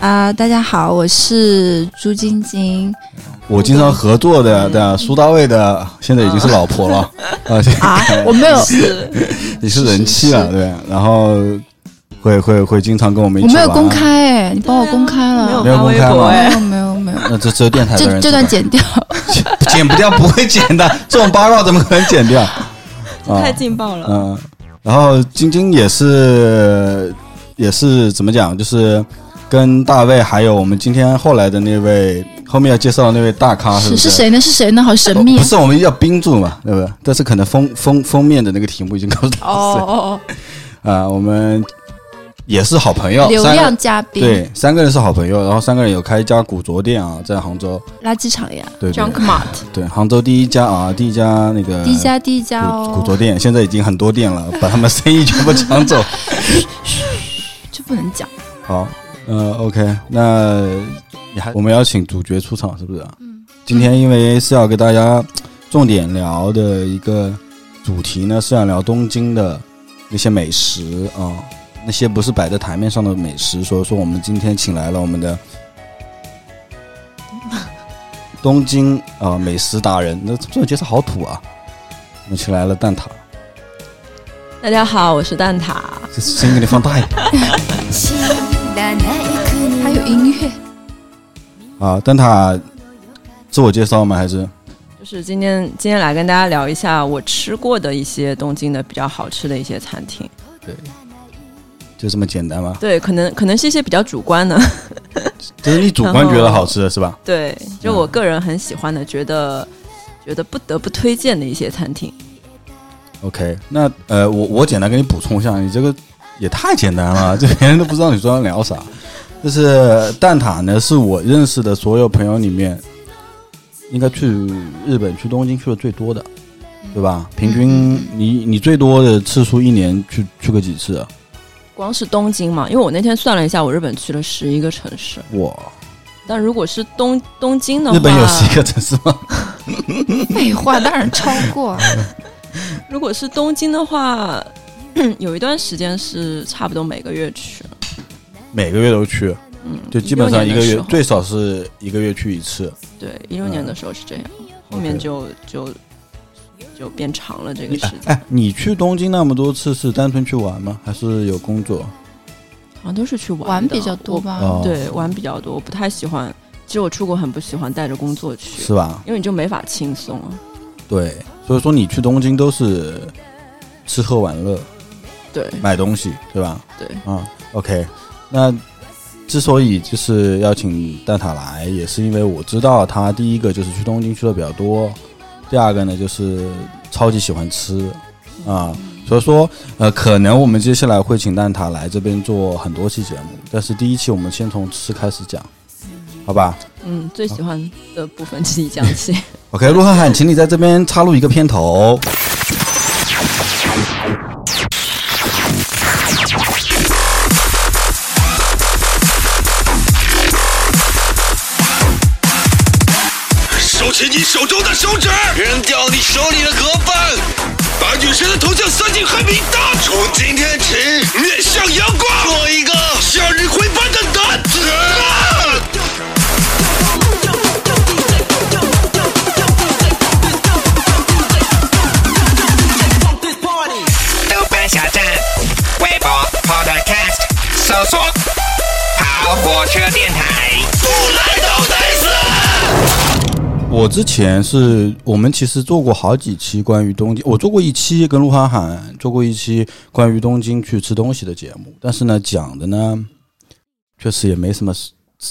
啊、大家好，我是朱晶 晶我经常合作的嗯的苏大卫的，现在已经是老婆了啊， 现啊，我没有，你是人妻了，是对，然后会会会经常跟我们一我起没玩有公，开哎，你啊帮我公开了，啊没有公开吗？哎没有没有没有，那这只有电台的这人这段剪掉，知道 剪不掉，不会剪的， 这种八卦怎么可能剪 掉？啊太，劲爆了！嗯，然后晶晶也是也是怎么讲，就是跟大卫还有我们今天后来的那位后面要介绍的那位大咖是不是谁呢？是谁呢？好神秘啊哦不是，我们要冰住嘛，对不对？但是可能封封封面的那个题目已经告诉大家了哦，啊，我们也是好朋友，流三量个嘉宾，对，三个人是好朋友，然后三个人有开一家古着店啊，在杭州，垃圾场呀，对对 Junk Mart，对，杭州第一家啊，第一家那个第一家第一家古古哦，着店，现在已经很多店了，把他们生意全部抢走。这不能讲，好，呃，OK，那你还我们要请主角出场是不啊是？嗯，今天因为是要给大家重点聊的一个主题呢，是要聊东京的那些美食啊、那些不是摆在台面上的美食，所以说我们今天请来了我们的 东京啊、美食达人，那这种介绍好土啊！我们请来了蛋挞，大家好，我是蛋挞。这声音给你放大一点还有音乐，啊！蛋挞，自我介绍吗？还是就是今天今天来跟大家聊一下我吃过的一些东京的比较好吃的一些餐厅。就这么简单吗？对，可能可能是一些比较主观的， 就是你主观觉得好吃的是吧？对，就我个人很喜欢的，觉得觉得不得不推荐的一些餐厅。 OK，那呃，我我简单给你补充一下，你这个也太简单了， 这别人都不知道你说要聊啥。就是蛋挞呢，是我认识的所有朋友里面，应该去日本、去东京去的最多的，嗯对吧？平均你你最多的次数一年去去过几次啊？光是东京嘛，因为我那天算了一下，我日本去了十一个城市。我但如果是东东京的话，日本有十一个城市吗？ 废话当然超过，如果是东京的话， 有一段时间是差不多每个月去，每个月都去，嗯，就基本上一个16年月的时候最少是一个月去一次。对，一六嗯年的时候是这样，后面就就就变长了这个你时哎间，哎，你去东京那么多次是单纯去玩吗？还是有工作？好像都是去玩玩的比较多，吧，哦我，啊对，玩比较多，我不太喜欢，其实我出国很不喜欢带着工作去，是吧？因为你就没法轻松啊，对，所以说你去东京都是吃喝玩乐、对买东西，对吧？对，啊、o k 那之所以就是要请蛋挞来，也是因为我知道他第一个就是去东京去的比较多，第二个呢就是超级喜欢吃啊。所以说，呃，可能我们接下来会请蛋挞来这边做很多期节目，但是第一期我们先从吃开始讲，好吧嗯，最喜欢的部分是一讲起， ？OK，陆瀚汉，请你在这边插入一个片头。收起你手中的手指，扔掉你手里的盒饭，把女神的头像塞进黑名单。从今天起，面向阳光，做一个向日葵般的男子。豆瓣小站、微博、Podcast，搜索“跑火车电台”。不来都得死。我之前是我们其实做过好几期关于东京，我做过一期跟陆涵涵做过一期关于东京去吃东西的节目，但是呢讲的呢，确实也没什么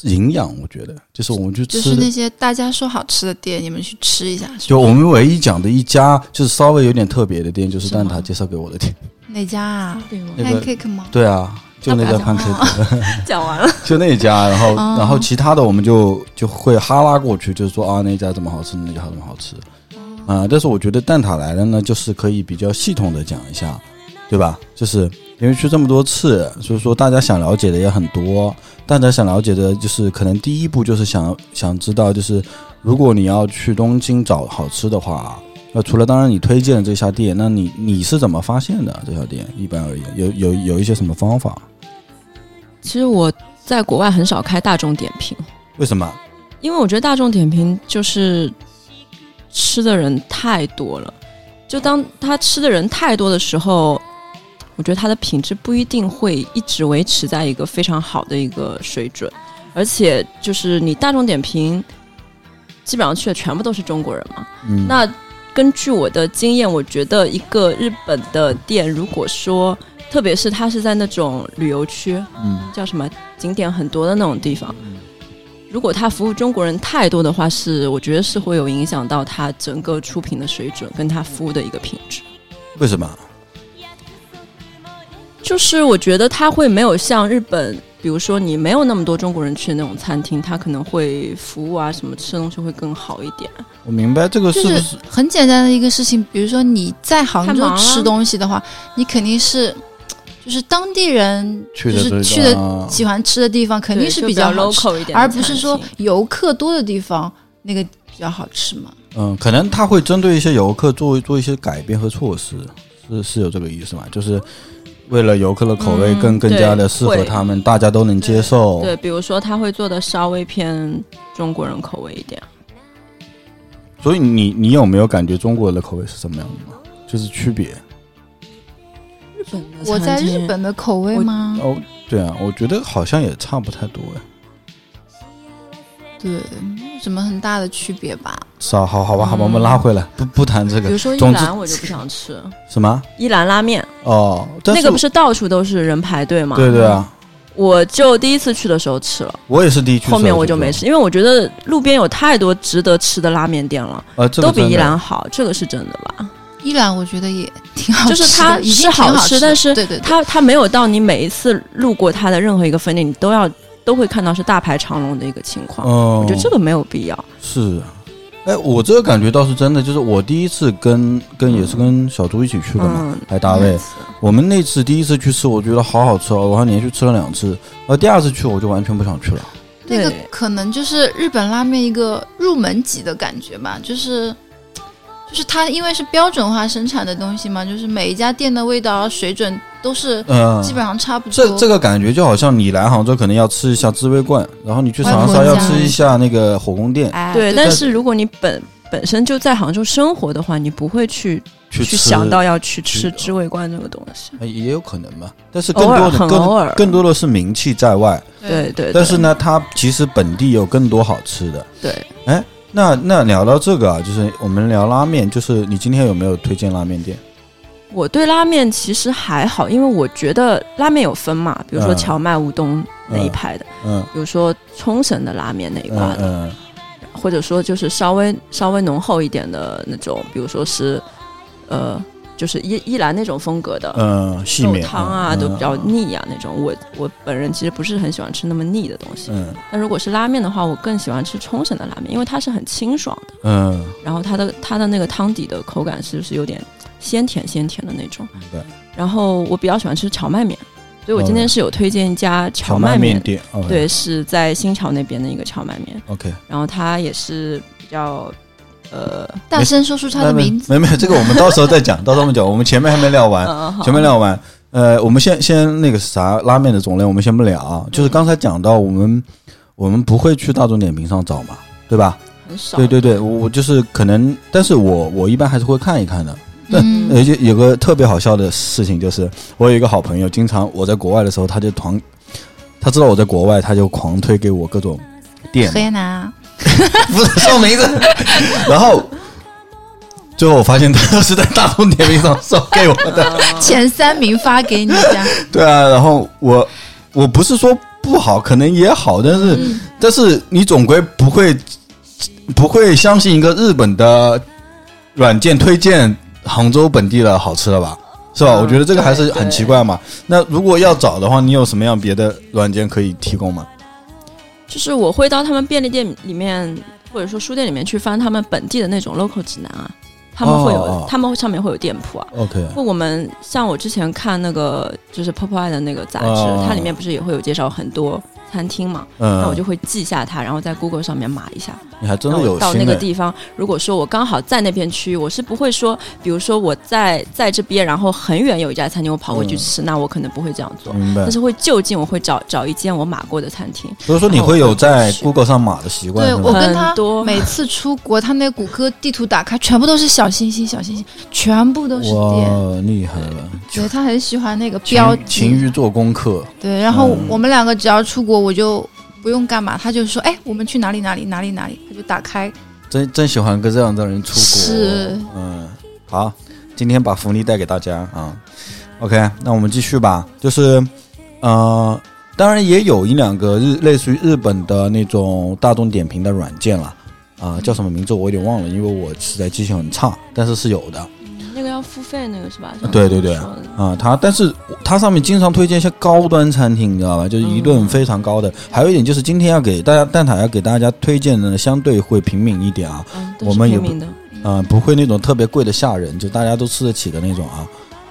营养，我觉得就是我们去就吃是的，那些大家说好吃的店，你们去吃一下，是就吧？我们唯一讲的一家就是稍微有点特别的店，就是是吗蛋挞介绍给我的店，哪家啊对吗？那个？Pancake 吗？对啊，就那家那不要讲 pancake， 讲完了，就那家，然后哦然后其他的我们就就会哈拉过去，就是说啊那家怎么好吃，那家怎么好吃，啊、但是我觉得蛋挞来了呢，就是可以比较系统的讲一下，对吧？就是因为去这么多次，所以说大家想了解的也很多。大家想了解的就是，可能第一步就是想想知道，就是如果你要去东京找好吃的话，那除了当然你推荐的这家店，那你你是怎么发现的这家店？一般而言，有有有一些什么方法？其实我在国外很少开大众点评，为什么？因为我觉得大众点评就是吃的人太多了，就当他吃的人太多的时候，我觉得它的品质不一定会一直维持在一个非常好的一个水准，而且就是你大众点评基本上去的全部都是中国人嘛，嗯，那根据我的经验，我觉得一个日本的店，如果说，特别是它是在那种旅游区，嗯叫什么景点很多的那种地方，如果它服务中国人太多的话，是我觉得是会有影响到它整个出品的水准跟它服务的一个品质。为什么？就是我觉得它会没有像日本，比如说你没有那么多中国人去的那种餐厅，它可能会服务啊什么吃的东西会更好一点。我明白这个是就不是是很简单的一个事情，比如说你在杭太州忙了吃东西的话，你肯定是就是当地人去就的这是个去的啊喜欢吃的地方，肯定对是就比比较好吃， local 一点的餐厅，而不是说游客多的地方那个比较好吃嘛。嗯，可能他会针对一些游客做做一些改变和措施，是是有这个意思嘛？就是为了游客的口味嗯更、更加的对适合会他们，大家都能接受。对，比如说他会做的稍微偏中国人口味一点。所以你你有没有感觉中国人的口味是什么样的吗？就是区别日本的我在日本的口味吗？嗯哦，对啊，我觉得好像也差不太多哎。对，没有什么很大的区别吧。是啊，好好吧，好吧，我们拉回来，不不谈这嗯比如个说伊总之兰，我就不想吃什么伊兰拉面，哦，但那是个不是到处都是人排队吗？对对啊，我就第一次去的时候吃了，我也是第一去，后面我就没。吃，因为我觉得路边有太多值得吃的拉面店了，呃，这个都比真伊的兰好，这个是真的吧？伊朗我觉得也挺好吃的，就是它已是经挺好好吃但是对对对，它它没有到你每一次路过它的任何一个分店，你都要都会看到是大排长龙的一个情况。哦，我觉得这个没有必要。是，哎，我这个感觉倒是真的，就是我第一次跟跟也是跟小猪一起去的嘛，嗯来大卫嗯。我们那次第一次去吃，我觉得好好吃哦，然后连续吃了两次，然后第二次去我就完全不想去了。那个对可能就是日本拉面一个入门级的感觉吧，就是就是它因为是标准化生产的东西嘛，就是每一家店的味道啊水准都是嗯，基本上差不多。这这个感觉就好像你来杭州可能要吃一下滋味罐，然后你去长沙外婆要家吃一下那个火宫殿哎，对，对但是如果你本本身就在杭州生活的话，你不会去去吃，想到要去吃去哦知味观这个东西，哎也有可能吧，但是更偶尔多很的偶更尔。更多的是名气在外，对对，但是呢，它其实本地有更多好吃的。哎对，那那聊到这个啊，就是我们聊拉面，就是你今天有没有推荐拉面店？我对拉面其实还好，因为我觉得拉面有分嘛，比如说嗯荞麦、乌冬那一派的，嗯比如说冲绳的拉面那一块嗯的，嗯，或者说就是稍微稍微浓厚一点的那种，比如说是呃，就是伊伊兰那种风格的。嗯，细肉面汤啊，嗯都比较腻啊，那种我我本人其实不是很喜欢吃那么腻的东西。嗯但如果是拉面的话，我更喜欢吃冲绳的拉面，因为它是很清爽的，嗯，然后它的它的那个汤底的口感是是有点鲜甜鲜甜的那种。明白。然后我比较喜欢吃荞麦面，所以我今天是有推荐一家荞荞麦面，面店，哦，对，是在新桥那边的一个荞麦面， ，OK，然后它也是比较呃大声说出它的那名字。没没没，这个我们到时候再 讲，到时候我们讲，我们前面还没聊完，呃好啊前面聊完，呃，我们先先那个啥拉面的种类，我们先不聊啊，就是刚才讲到我们我们不会去大众点评上找嘛，对吧？很少，对对对，我我就是可能，但是我我一般还是会看一看的。对嗯，而且有个特别好笑的事情，就是我有一个好朋友，经常我在国外的时候，他就狂，他知道我在国外，他就狂推给我各种店，河南啊，不是说名字， 然后最后我发现他是在大众点评上送给我嗯的，前三名发给你家，对啊，然后我我不是说不好，可能也好，但是、嗯但是你总归不会不会相信一个日本的软件推荐杭州本地的好吃的吧？是吧？嗯我觉得这个还是对很奇怪嘛。那如果要找的话，你有什么样别的软件可以提供吗？就是我会到他们便利店里面或者说书店里面去翻他们本地的那种 local 指南啊，他们会有、哦他们会上面会有店铺啊。 OK，不，我们像我之前看那个就是 Pop Eye 的那个杂志，哦它里面不是也会有介绍很多餐厅嘛，嗯，那我就会记下它，然后在 Google 上面码一下。你还真然的后有到心那个哎地方，如果说我刚好在那片区域，我是不会说，比如说我在在这边，然后很远有一家餐厅，我跑过去嗯吃，那我可能不会这样做。明白但。是会就近，我会找找一间我码过的餐厅。所以说你然后会有在我去 Google 上码的习惯，对是吗我跟他很多每次出国，他那谷歌地图打开，全部都是小星星，小星星，全部都是点。哇，厉害了！对他很喜欢那个标勤勤记。于做功课，对，然后嗯我们两个只要出国，我就不用干嘛，他就说：“哎，我们去哪里哪里哪里哪里。”他就打开。真真喜欢跟这样的人出国。是，嗯，好，今天把福利带给大家啊。OK，那我们继续吧，就是，呃，当然也有一两个日类似于日本的那种大众点评的软件了，啊、叫什么名字我有点忘了，因为我实在记性很差，但是是有的。那个要付费，那个是吧？对对对啊，它但是它上面经常推荐一些高端餐厅，你知道吧？就是一顿非常高的。还有一点就是今天要给大家蛋挞要给大家推荐的呢，相对会平民一点啊，嗯，我们也有不名的，嗯、不会那种特别贵的吓人，就大家都吃得起的那种啊。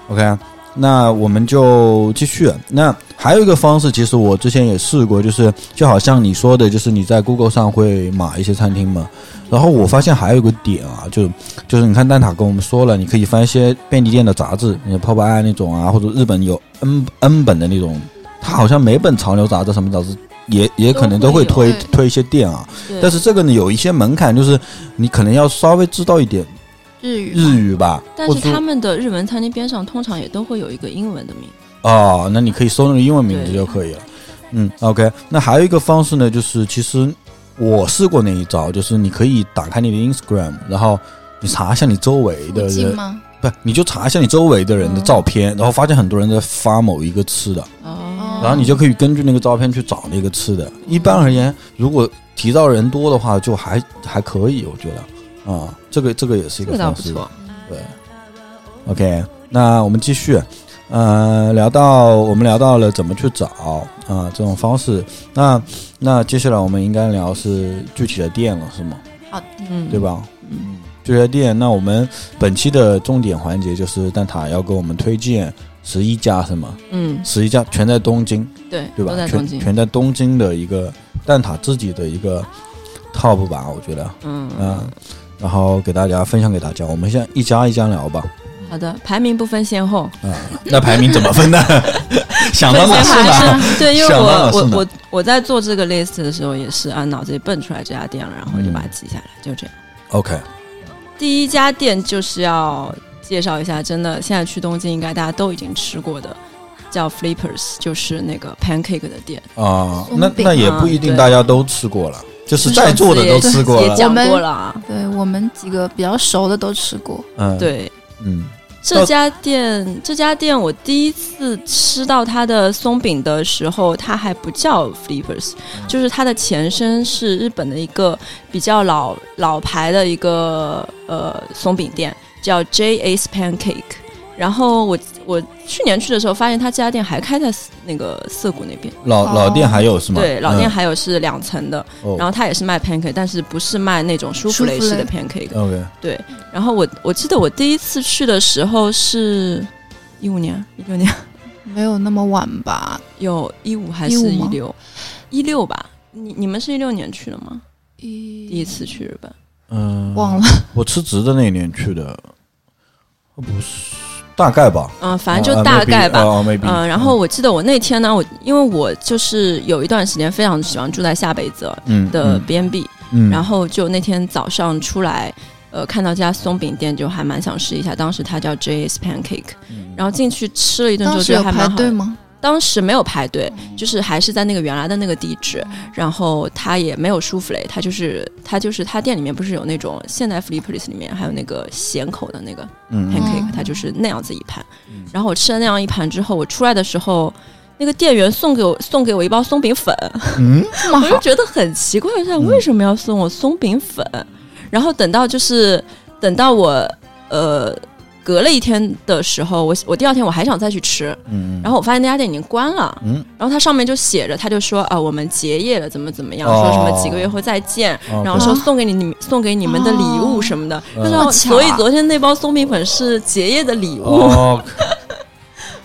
OK，那我们就继续。那还有一个方式，其实我之前也试过，就是就好像你说的，就是你在 Google 上会码一些餐厅嘛。然后我发现还有一个点啊，就就是你看蛋挞跟我们说了，你可以翻一些便利店的杂志，你泡泡爱那种啊，或者日本有 N N 本的那种，它好像每本潮流杂志什么杂志也也可能都会都会推有推一些店啊。对但是这个呢有一些门槛，就是你可能要稍微知道一点日语嘛，日语吧，但或是者说他们的日文餐厅边上通常也都会有一个英文的名字。哦，那你可以搜那个英文名字对就可以了。嗯，OK。那还有一个方式呢，就是其实我试过那一招，就是你可以打开你的 Instagram，然后你查一下你周围的附近人，吗？不，你就查一下你周围的人的照片，然后发现很多人在发某一个吃的，哦然后你就可以根据那个照片去找那个吃的。一般而言，如果提到人多的话，就还还可以，我觉得啊、这个这个也是一这个个倒方不式。错。对，OK，那我们继续，呃，聊到我们聊到了怎么去找啊、这种方式，那那接下来我们应该聊是具体的店了，是吗？好的，嗯，对？吧？嗯，具体的店，那我们本期的重点环节就是蛋挞要给我们推荐十一家什么？嗯，十一家全在东京，对，对吧？都在全东京。全在东京的一个蛋挞自己的一个 top 吧，我觉得，嗯，嗯，然后给大家分享给大家，我们先一家一家聊吧。好的，排名不分先后。 那排名怎么分呢？想到哪是哪。是对，因为想到我哪是我哪我我在做这个 list 的时候，也是按脑子里蹦出来这家店了，然后嗯就把它记下来，就这样。 OK，啊第一家店就是要介绍一下，真的现在去东京应该大家都已经吃过的，叫 Flippers，就是那个 pancake 的店，啊、松饼那那也不一定大家都吃过了，就是在座的都吃过也了。讲过了啊。对我们几个比较熟的都吃过。嗯，，对，嗯，这家店，这家店我第一次吃到它的松饼的时候，它还不叫 Flippers，就是它的前身是日本的一个比较老老牌的一个呃松饼店，叫 J A's Pancake。然后我我去年去的时候，发现它这家店还开在四那个涩谷那边，老、哦老店还有是吗？对，老店还有是两层的，嗯、哦、然后它也是卖 pancake，但是不是卖那种舒芙蕾式的舒 pancake， OK，然后我我记得我第一次去的时候是一五年、一六年， 没有那么晚吧？有一五还是15一吗六？一六吧。你你们是一六年去的吗？第第一次去日本，嗯，忘了，我辞职的那年去的，不是大概吧，嗯、反正就大概吧。啊、m a y b e 嗯、然后我记得我那天呢，我因为我就是有一段时间非常喜欢住在下北泽嗯的 B&B，、嗯，然后后就那天早上出来，呃，看到这家松饼店，就还蛮想试一下。当时它叫 J's Pancake，、然嗯后进去吃了一顿之当后，时觉有得还排蛮好队的。吗？当时没有排队，就是还是在那个原来的那个地址，然后它也没有舒芙蕾，它就是它就是它店里面不是有那种现代 Flippers 里面还有那个咸口的那个嗯嗯 pancake，、嗯它就是那样子一盘。然后我吃了那样一盘之后，我出来的时候。那个店员送给我送给我一包松饼粉， 嗯这么我就好，觉得很奇怪，我想为什么要送我松饼粉？然后等到就是等到我呃隔了一天的时候，我我第二天我还想再去吃，嗯，后然后我发现那家店已经关了，嗯然后它上面就写着，他就说啊，我们结业了，怎么怎么样，哦说什么几个月后再见， OK 然后说送给你你们送给你们的礼物哦什么的，嗯他说、好巧啊所 以昨天那包松饼粉是结业的礼物，哦，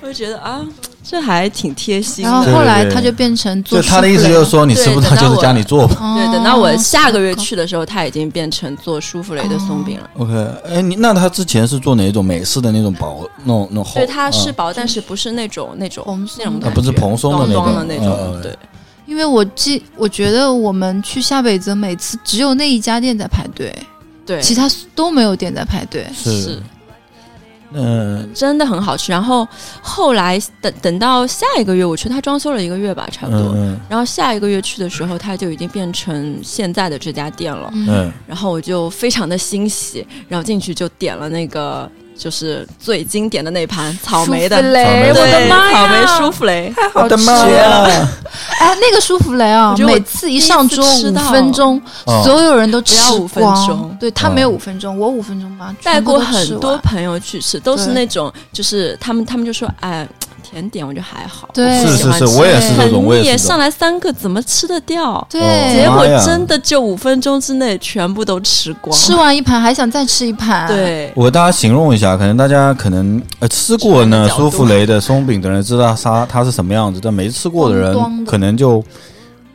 我就觉得啊，这还挺贴心然后的。后来对对对他就变成做就他的意思 souffle 就是说，你对吃不到等到就我在家里做 吧。哦对，等到我下个月去的时候，它已经变成做舒芙蕾的松饼了。 OK，哎，你那他之前是做哪种美式的那种薄那种那种厚？对，它是嗯薄，但是不是那种那种蓬松那种的感啊觉不是蓬松的那咚咚的种那嗯嗯种。嗯对，因为我记，我觉得我们去下北泽每次只有那一家店在排队，对，其他都没有店在排队。是是嗯真的很好吃。然后后来等等到下一个月，我去它装修了一个月吧，差嗯不多。嗯然后下一个月去的时候，它就已经变成现在的这家店了。嗯然后我就非常的欣喜，然后进去就点了那个就是最经典的那盘草莓的舒芙蕾草莓我的对妈草莓呀！舒芙蕾，嗯，我的妈呀！ 哎，那个舒芙蕾啊啊我，觉得我每次一上桌第一五次吃到分钟，哦所有人都吃不要五分光钟对他嗯没有五分钟，我五分钟吧， 带全部过都吃很完多朋友去吃，都是对那种就是他们他们就说哎。甜点我觉得还好，对是是喜欢是，吃我也是这很种，我也腻，是这上种。来三个怎么吃得掉？对结哦，果妈呀真的就五分钟之内全部都吃光，吃完一盘还想再吃一盘，，对，我给大家形容一下，可能大家可能呃吃过呢吃的角舒度芙蕾的松饼的人知道它它是什么样子，但没吃过的光光人的可能就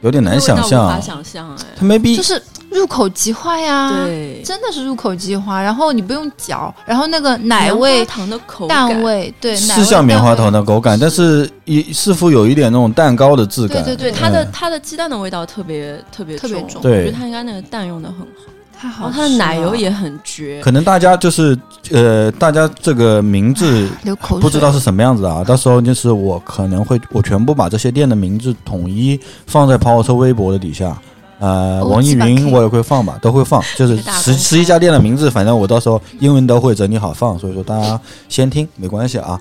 有点难想那味道无法象。啊想象哎，它 maybe 就是入口即化呀，，对，真的是入口即化，然后你不用嚼，然后那个奶奶味味、糖的口蛋感，味，对，奶是味像棉花糖蛋味的口感，但是也似乎有一点那种蛋糕的质感。对对对它的嗯它的鸡蛋的味道特别特别特别重重，对我觉得它应该那个蛋用的很好，太然好后吃啊哦它了，的奶油也很绝，可能大家就是呃，大家这个名字流口水，不知道是什么样子的啊。到时候就是我可能会，我全部把这些店的名字统一放在跑火车微博的底下。呃，哦网易基本可云以我也会放吧，都会放，就是大十公十一开家店的名字，反正我到时候英文都会整理好放，所以说大家先听没关系啊，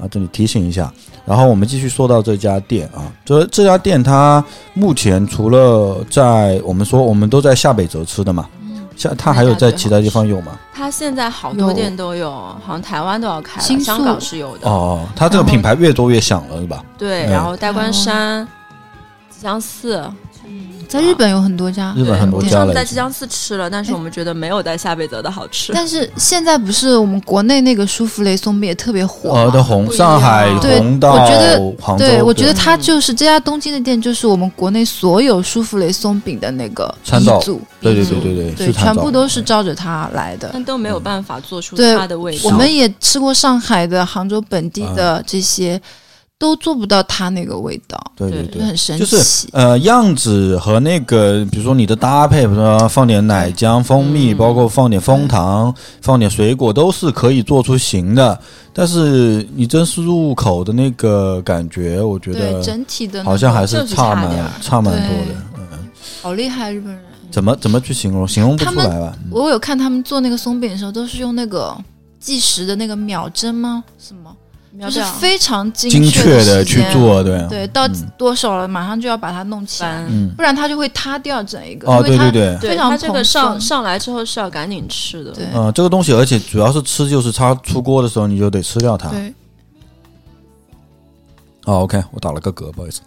啊，这里提醒一下。然后我们继续说到这家店啊，这这家店它目前除了在我们说我们都在下北泽吃的嘛，下它还有在其他地方有吗？它现在好多有店都有，好像台湾都要开新宿了，香港是有的，哦，它这个然后品牌越做越响了是吧？对，嗯然后戴冠山、吉祥寺，哦在日本有很多家，日本很多我家上次了在已经吉祥寺吃了，但是我们觉得没有在夏贝泽的好吃，但是现在不是我们国内那个舒芙蕾松饼也特别火呃吗？的红，不一上样啊海对红到我觉得杭州，对，我觉得对它就是这家东京的店，就是我们国内所有舒芙蕾松饼的那个参照鼻祖，对对鼻祖对对对对，是参全照部都是照着它来的。但都没有办法做出对它的味道。我们也吃过上海的、杭州本地嗯的这些，都做不到它那个味道，对对对就对。很神就奇。是呃，样子和那个，比如说你的搭配，比如说放点奶浆、蜂嗯蜜，包括放点蜂糖、放点水果，都是可以做出型的。但是你真是入口的那个感觉，我觉对得整体的那个好像还就差是差蛮点儿差蛮多对的。嗯，好厉害，日本人。怎么怎么去形容？形容不他出们来吧？我有看他们做那个松饼的时候，都是用那个计时的那个秒针吗？什么？秒就是表非常精精确的的时去间，做，对对，到嗯多少了，马上就要把它弄起来，般。嗯，不然它就会塌掉整一个。哦，因为对它对对，对非常它这个蓬上松上来之后是要赶紧吃的，对嗯、这个东西，而且主要是吃，就是它出锅的时候你就得吃掉它。对哦，OK，我打了个嗝，不好 意思。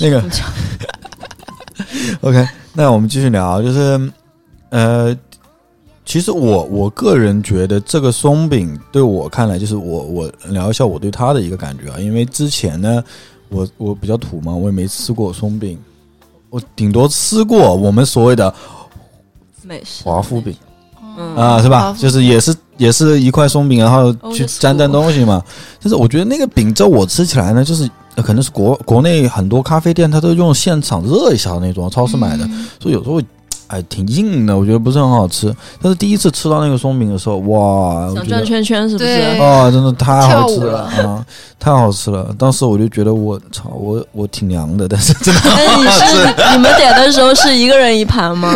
那个 OK，那我们继续聊，就是呃，其实我我个人觉得这个松饼对我看来，就是我我聊一下我对它的一个感觉啊，因为之前呢，我我比较土嘛，我也没吃过松饼，我顶多吃过我们所谓的美式华夫饼。嗯啊，是华吧？夫就是也是也是一块松饼，然后 Old 去沾沾 school 东西嘛。但是我觉得那个饼在我吃起来呢，就是呃可能是国国内很多咖啡店它都用现场热一下的那种，超市买嗯的，所以有时候我哎挺硬的，我觉得不是很好吃。但是第一次吃到那个松饼的时候，哇，我想觉转得圈圈是不对是？哦，真的太好吃跳舞了啊，太好吃了！当时我就觉得我操，我我挺娘的，但是真的，那你是你们点的时候是一个人一盘吗？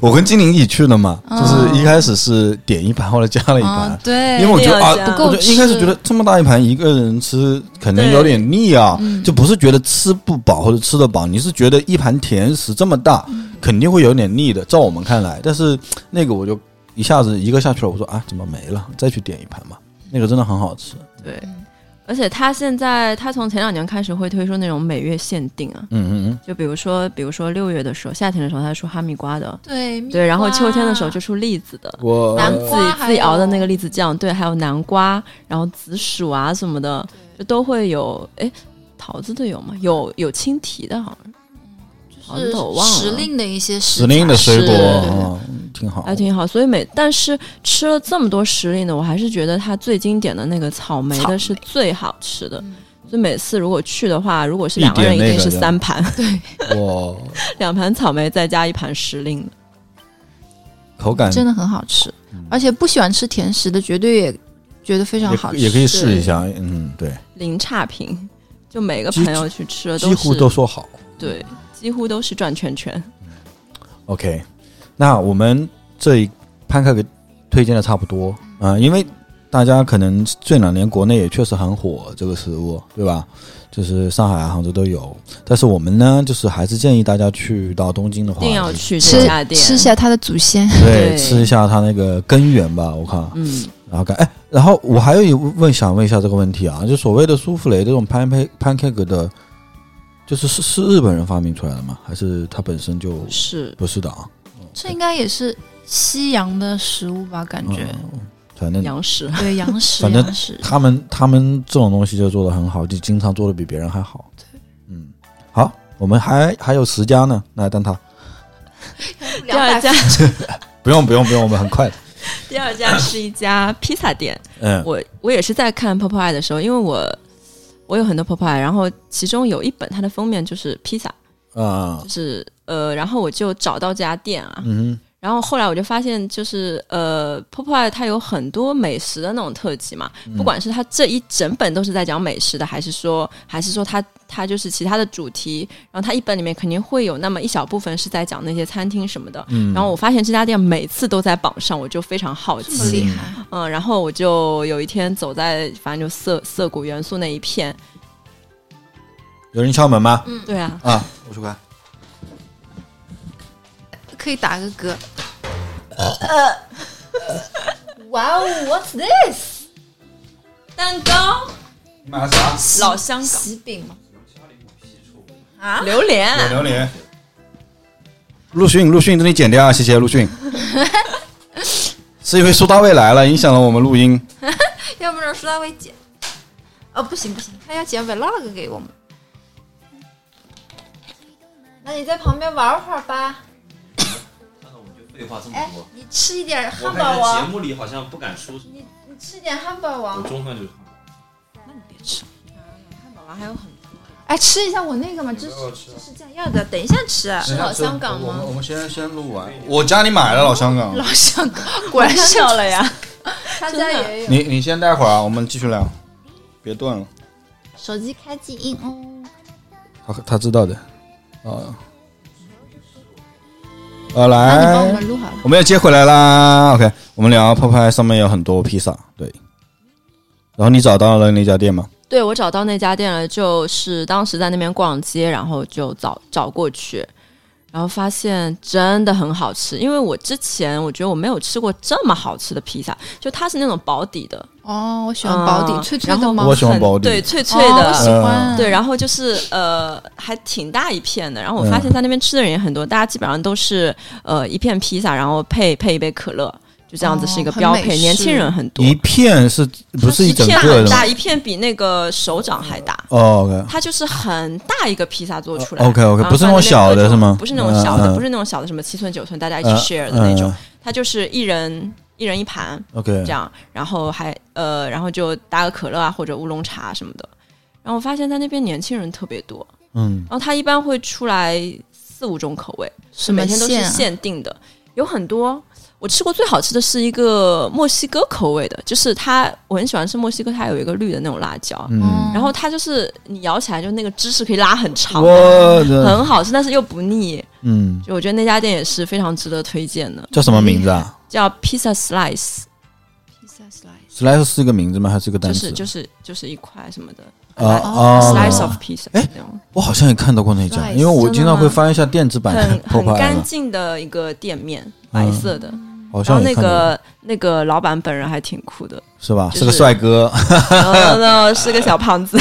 我跟精灵一起去的嘛，就是一开始是点一盘，后来加了一盘啊，，对，因为我觉得啊一定要，加我我不就够一开始吃觉得这么大一盘一个人吃可能对有点腻啊，就不是觉得吃不饱或者吃得饱，你是觉得一盘甜食这么大，嗯肯定会有点腻的，照我们看来。但是那个我就一下子一个下去了，我说啊，怎么没了？再去点一盘吧。那个真的很好吃，对，嗯而且他现在他从前两年开始会推出那种每月限定啊，嗯嗯就比如说比如说六月的时候，夏天的时候他出哈密瓜的，对对，然后秋天的时候就出栗子的。嗯，我南自瓜己还自己熬的那有个栗子酱，对，还有南瓜，然后紫薯啊什么的，就都会有。哎，桃子的有吗？有有青提的，好像好是像我忘了时令的一些食时令的水果是啊，嗯挺好。还挺好。所以每但是吃了这么多时令的，我还是觉得它最经典的那个草莓草莓的是最好吃的嗯。所以每次如果去的话，如果是两个人，一一点那定个是的三盘， 哇，两盘草莓再加一盘时令的。口感真的很好吃，嗯而且不喜欢吃甜食的绝对也觉得非常好吃，也也可以试一下，嗯，对，零差评，就每个几朋友去吃的几乎是都说好。对，几乎都是转圈圈。 OK，那我们这一潘克给推荐的差不多啊、因为大家可能这两年国内也确实很火这个食物，对吧？就是上海、啊、杭州都有，但是我们呢，就是还是建议大家去到东京的话，一定要去吃这家店吃下它的祖先。对对吃一下它那个根源吧，我看。嗯，然后看，哎，然后我还有一问想问一下这个问题啊，就所谓的苏芙蕾这种 pan pan pancake 的，就是是是日本人发明出来的吗？还是它本身就是不是的啊？这应该也是西洋的食物吧？感觉、嗯反正洋食。对洋食，反正洋食他们他们这种东西就做的很好，就经常做的比别人还好。嗯，好，我们还还有十家呢，那蛋挞第二家， 不用不用不用，我们很快的。第二家是一家披萨店。 嗯，我我也是在看 Popeye 的时候，因为我我有很多 Popeye，然后其中有一本它的封面就是披萨，啊就，是呃，然后我就找到这家店啊，嗯然后后来我就发现，就是呃，Popeye 它有很多美食的那种特辑嘛，嗯不管是它这一整本都是在讲美食的，还是说还是说它它就是其他的主题，然后它一本里面肯定会有那么一小部分是在讲那些餐厅什么的。嗯然后我发现这家店每次都在榜上，我就非常好这么奇，厉害，嗯，然后我就有一天走在反正就涩涩谷元素那一片，有人敲门吗？嗯对啊，啊，我去看。可以打个嗝。嗯 哇哦，What's this？蛋糕、买了啥？嗯老啊香港、喜饼吗？榴莲，榴莲。陆逊，陆逊，这里剪掉啊，谢谢陆 逊。是因为苏大卫来了，影响了我们录音。要不然苏大卫剪。哦，不行不行，他要剪 vlog 给我们。那你在旁边玩会儿吧。废话这么哎多，，你吃一点我汉感觉节堡王，目里好像不敢说什么，你吃一点汉堡我王。中饭就是。还有很哎，吃一下我那个嘛，这是这是酱要的，等一下吃。是老香港吗？们先先录完。我家里买了老香港。老香港，果然看是到 了呀。他家也有。你你先待会儿啊，我们继续聊，别断了。手机开静音哦。他他知道的，啊，呃，那你帮我来们，录好了。我们要接回来啦。OK，我们聊泡泡上面有很多披萨，对。然后你找到了那家店吗？对，我找到那家店了，就是当时在那边逛街，然后就找找过去，然后发现真的很好吃。因为我之前我觉得我没有吃过这么好吃的披萨，就它是那种薄底的，哦，我喜欢薄底嗯脆脆然的后吗？我喜欢薄底对，脆脆哦的，我喜欢。对，然后就是呃，还挺大一片的。然后我嗯发现，在那边吃的人也很多，大家基本上都是呃一片披萨，然后配配一杯可乐，就这样子是一个哦很标美配。年式轻人很多，一片是不是一整片个很的吗大，？一片比那个手掌还大。哦它就是很大一个披萨做出来。哦，OK，OK，然后不是那种放边小的各种是吗不是那种小嗯嗯的，不是那种小的什么七寸九寸，大家一起嗯 share 的那种嗯。它就是一人一人一盘，OK，OK，这样，然后还呃，然后就搭个可乐啊或者乌龙茶什么的。然后我发现，在那边年轻人特别多，嗯，然后他一般会出来四五种口味，什每么天都是馅啊？限定的，有很多。我吃过最好吃的是一个墨西哥口味的，就是它，我很喜欢吃墨西哥，它有一个绿的那种辣椒，啊嗯然后它就是你咬起来就那个芝士可以拉很长，我的，很好吃，但是又不腻。嗯，就我觉得那家店也是非常值得推荐的，叫什么名字啊叫 Pizza Slice， ？Slice 是一个名字吗？还是一个单就词？是就是就是一块什么的啊哦啊 slice！of pizza 哎那种，我好像也看到过那家， Slice，因为我经常会真的吗翻一下电子版啊很的 p o 很 p 干净的一个店面，白色的。好然像后也那看到过个那个老板本人还挺酷 的，是吧？就是是个帅 哥，然后呢是个小 胖子，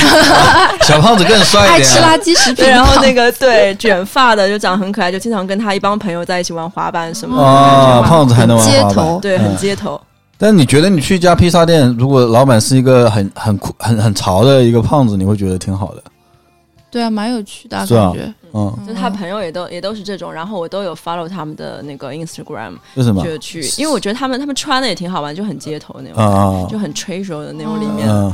小胖子更帅爱一点。啊吃垃圾食品对，的。然后那个对卷发的就长得很可爱，就经常跟他一帮朋友在一起玩滑板什么的，哦，胖子还能玩街滑板头，对，很嗯街头。但你觉得你去一家披萨店，如果老板是一个很很酷、很很潮的一个胖子，你会觉得挺好的，对啊，蛮有趣的啊、是感吧觉。？嗯，就他朋友也都也都是这种，然后我都有 follow 他们的那个 Instagram，为什么？就去，因为我觉得他们他们穿的也挺好玩，就很街头那种，啊啊就很 casual 的那种里面。嗯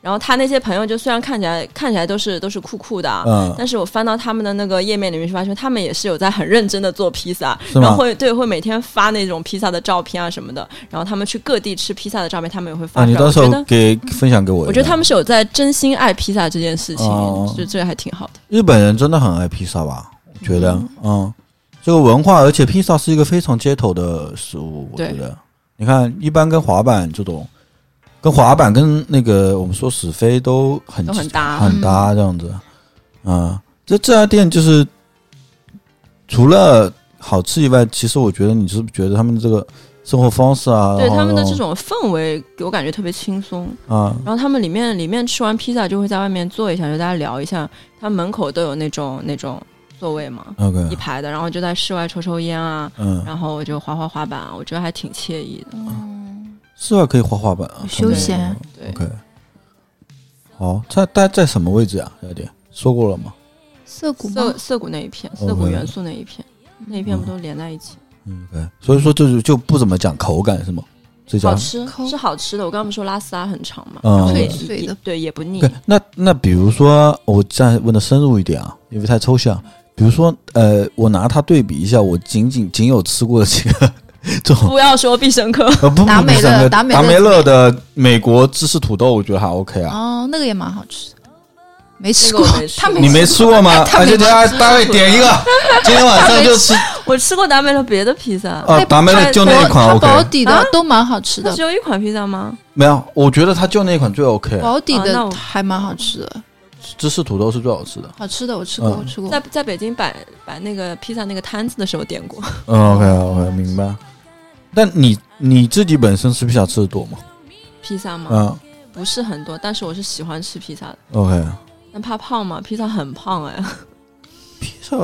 然后他那些朋友就虽然看起来看起来都是都是酷酷的啊、嗯但是我翻到他们的那个页面里面去发现，他们也是有在很认真的做披萨，是吗然后会对会每天发那种披萨的照片啊什么的，然后他们去各地吃披萨的照片，他们也会发啊，出你来。到我时觉候得给分享给我一下。我觉得他们是有在真心爱披萨这件事情，哦就这还挺好的。日本人真的很爱披萨吧？我觉得，嗯，这个文化，而且披萨是一个非常街头的食物，我觉对得。你看，一般跟滑板这种，跟滑板跟那个我们说死飞都很都很搭很搭这样子。嗯，这这家店就是除了好吃以外，其实我觉得你是不是觉得他们这个生活方式啊，对然后他们的这种氛围，给我感觉特别轻松。啊，然后他们里面里面吃完披萨就会在外面坐一下，就大家聊一下。他们门口都有那种那种座位嘛，一 OK，排的，然后就在室外抽抽烟啊，嗯，然后我就滑滑滑板，我觉得还挺惬意的。室外可以滑滑板啊，休闲对 OK，好，哦在大概在什么位置啊？小姐说过了吗？涩谷吗涩？涩谷那一片， OK 涩谷元素那一片，那一片不都连在一起？嗯，OK，所以说这就就不怎么讲口感是吗？这家好吃抠是好吃的，我刚刚不是说拉丝拉很长嘛，嗯然后也脆脆的对也不腻 OK，。那那比如说我再问的深入一点啊，因为太抽象。比如说，呃，我拿它对比一下，我仅仅仅有吃过的这 个这种不要说必胜客，呃不不达不美是那乐个达达美乐怎么乐的美国芝士土豆，我觉得还 OK 啊。哦，那个也蛮好吃的，没吃那过个 我没。吃他过你没吃过吗？他而没且大家大卫 点一个，今天晚上就吃我吃过达美乐别的披萨，啊，达美乐就那一款它 OK。保底啊的都蛮好吃它的只，有一款披萨吗？没有，我觉得它就那一款最 OK，保底啊那的我还蛮好吃的，芝士土豆是最好吃的。好吃的我吃过，嗯我吃过在。在北京摆摆那个披萨那个摊子的时候点 过，嗯，OK OK，明白。但你你自己本身吃披萨吃的多吗？披萨嘛，嗯不是很多，但是我是喜欢吃披萨的。 ，OK。但怕胖嘛，披萨很胖哎，披萨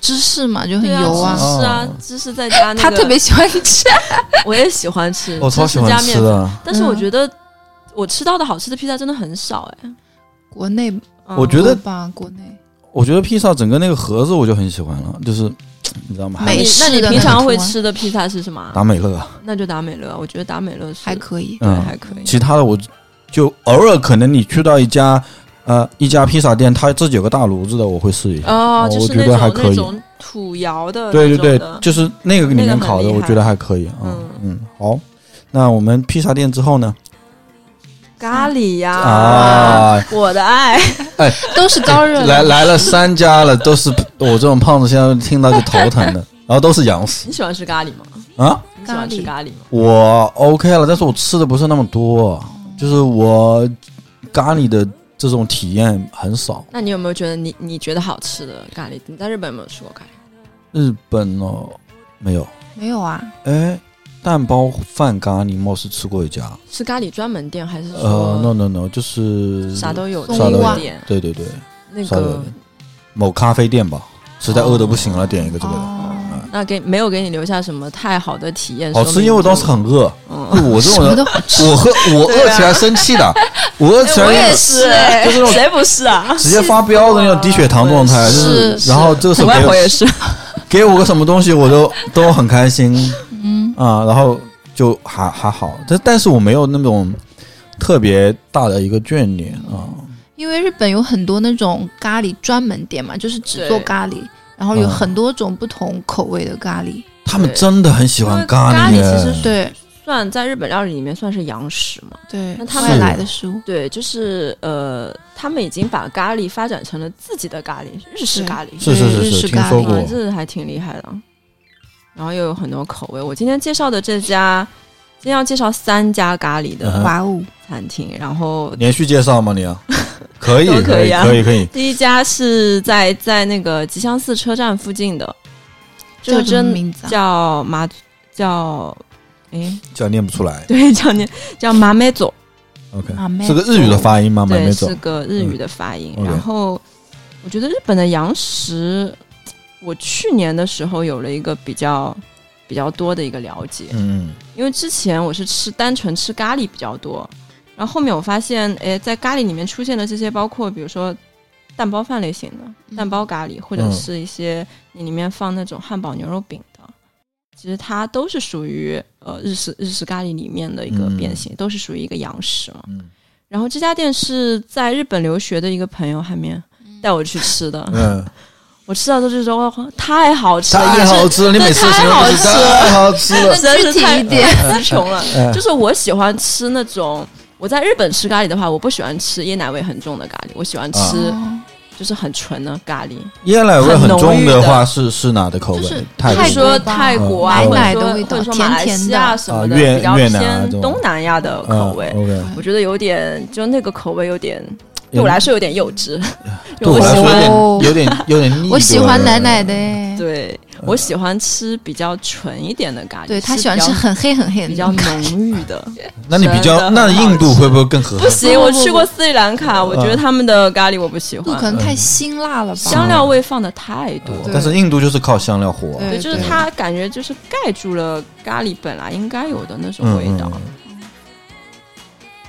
芝士嘛就很对啊，油啊，芝士啊哦，芝士再加那个，他特别喜欢 吃。我也喜欢嗯吃，我超喜欢芝士吃加面，的，但是我觉得我吃到的好吃的披萨真的很少哎。国内嗯我觉得吧，国内我觉得披萨整个那个盒子我就很喜欢了，就是你知道吗？那美你式那你的平那常种会啊吃的披萨是什么啊？达美乐啊，那就达美乐，我觉得达美乐是还可以。对嗯，还可以。其他的我就偶尔可能你去到一家呃一家披萨店，它自己有个大炉子的，我会试一下。哦，我就是觉那得还种可以那种土窑的，对对那种对，哦的就是那个里那个面很烤的，厉我害觉得还可以啊。嗯嗯好，那我们披萨店之后呢？咖喱呀，啊，我的爱， 都是高热来量。来了三家了，都是 我这种胖子，现在听到就头疼的。 然后都是羊屎你喜欢吃咖喱吗？啊，你喜欢吃咖喱吗？我 OK 了，但是我吃的不是那么多，就是我咖喱的这种体验很少。那你有没有觉得你你觉得好吃的咖喱？你在日本有没有吃过咖喱？日本哦，没有，没有啊，哎，蛋包饭咖喱貌似吃过一家，是咖喱专门店还是呃，no 说 no no，就是啥都有的松那屋个啊店？对对对，那啥都有个某咖啡店吧，实在饿的不行了，点一个这个的。哦，那给没有给你留下什么太好的体验？好吃，因为我当时很饿。嗯我这什种么人都，好吃。我喝我饿起来生气的，我饿起来哎就是那种谁不是啊？直 接发飙的那种低血糖状态，就是是然后这个时候外给婆我也是，给我个什么东西，我都都很开心，嗯啊，然后就还还好，但但是我没有那种特别大的一个眷恋啊，因为日本有很多那种咖喱专门店嘛，就是只做对咖喱，然后有嗯很多种不同口味的咖喱。他们真的很喜欢咖因为耶咖喱其实是对 算在日本料理里面算是洋食嘛。对，那他外们来的食物，对，就是呃，他们已经把咖喱发展成了自己的咖喱，日式对咖喱，是是是日是，式听咖喱说哦过哇，这还挺厉害的。然后又有很多口味，我今天介绍的这家，今天要介绍三家咖喱嗯哼的哇哦，餐厅，然后连续介绍吗你啊？可以都可可以以啊可以可以，第一家是在在那个吉祥寺车站附近的，这个叫什么真名字啊？叫麻叫，哎，叫念不出来 对，叫你叫麻美佐， ，OK，马妹嗯是个日语的发音吗？买对，没走是，个日语的发音。嗯，OK 然后我觉得日本的洋食，我去年的时候有了一个比较比较多的一个了解。嗯因为之前我是吃单纯吃咖喱比较多，然后后面我发现，哎，在咖喱里面出现的这些，包括比如说蛋包饭类型的蛋包咖喱，或者是一些你里面放那种汉堡牛肉饼的，其实它都是属于呃日式日式咖喱里面的一个变形，都是属于一个洋食嘛。嗯然后这家店是在日本留学的一个朋友还没带我去吃的，嗯，我吃到就是说哇太好吃了，太也是好吃了！你每次这形容都是太好吃了太好吃了。真具是体太一点，太穷了嗯。就是我喜欢吃那种，我在日本吃咖喱的话，我不喜欢吃椰奶味很重的咖喱，我喜欢哦吃就是很纯的咖喱，椰奶味很很浓重郁的的话是是哪的口味？就是泰泰比如国国说泰国啊，嗯或者奶的说味道或者说甜马来甜西的亚什么啊越比较越南啊偏这种东南亚的口味。哦嗯 OK，我觉得有点，就那个口味有点，有对我来说有点幼稚。对我来喜说欢，哦有点有点有点腻。我喜欢对奶吧奶的哎，对我喜欢吃比较纯一点的咖喱，对他是喜欢比较吃很黑很黑的比较那 种浓郁的。那你比较真的那很好印度会不会更合 不适？行，不我不去不过斯里兰卡，嗯我觉得他们的咖喱我不喜度欢可，能太辛辣了吧？香料味放的太多。对但是印度就是靠香料火，对对，就是对它感觉就是盖住了咖喱本来应该有的那种嗯味道。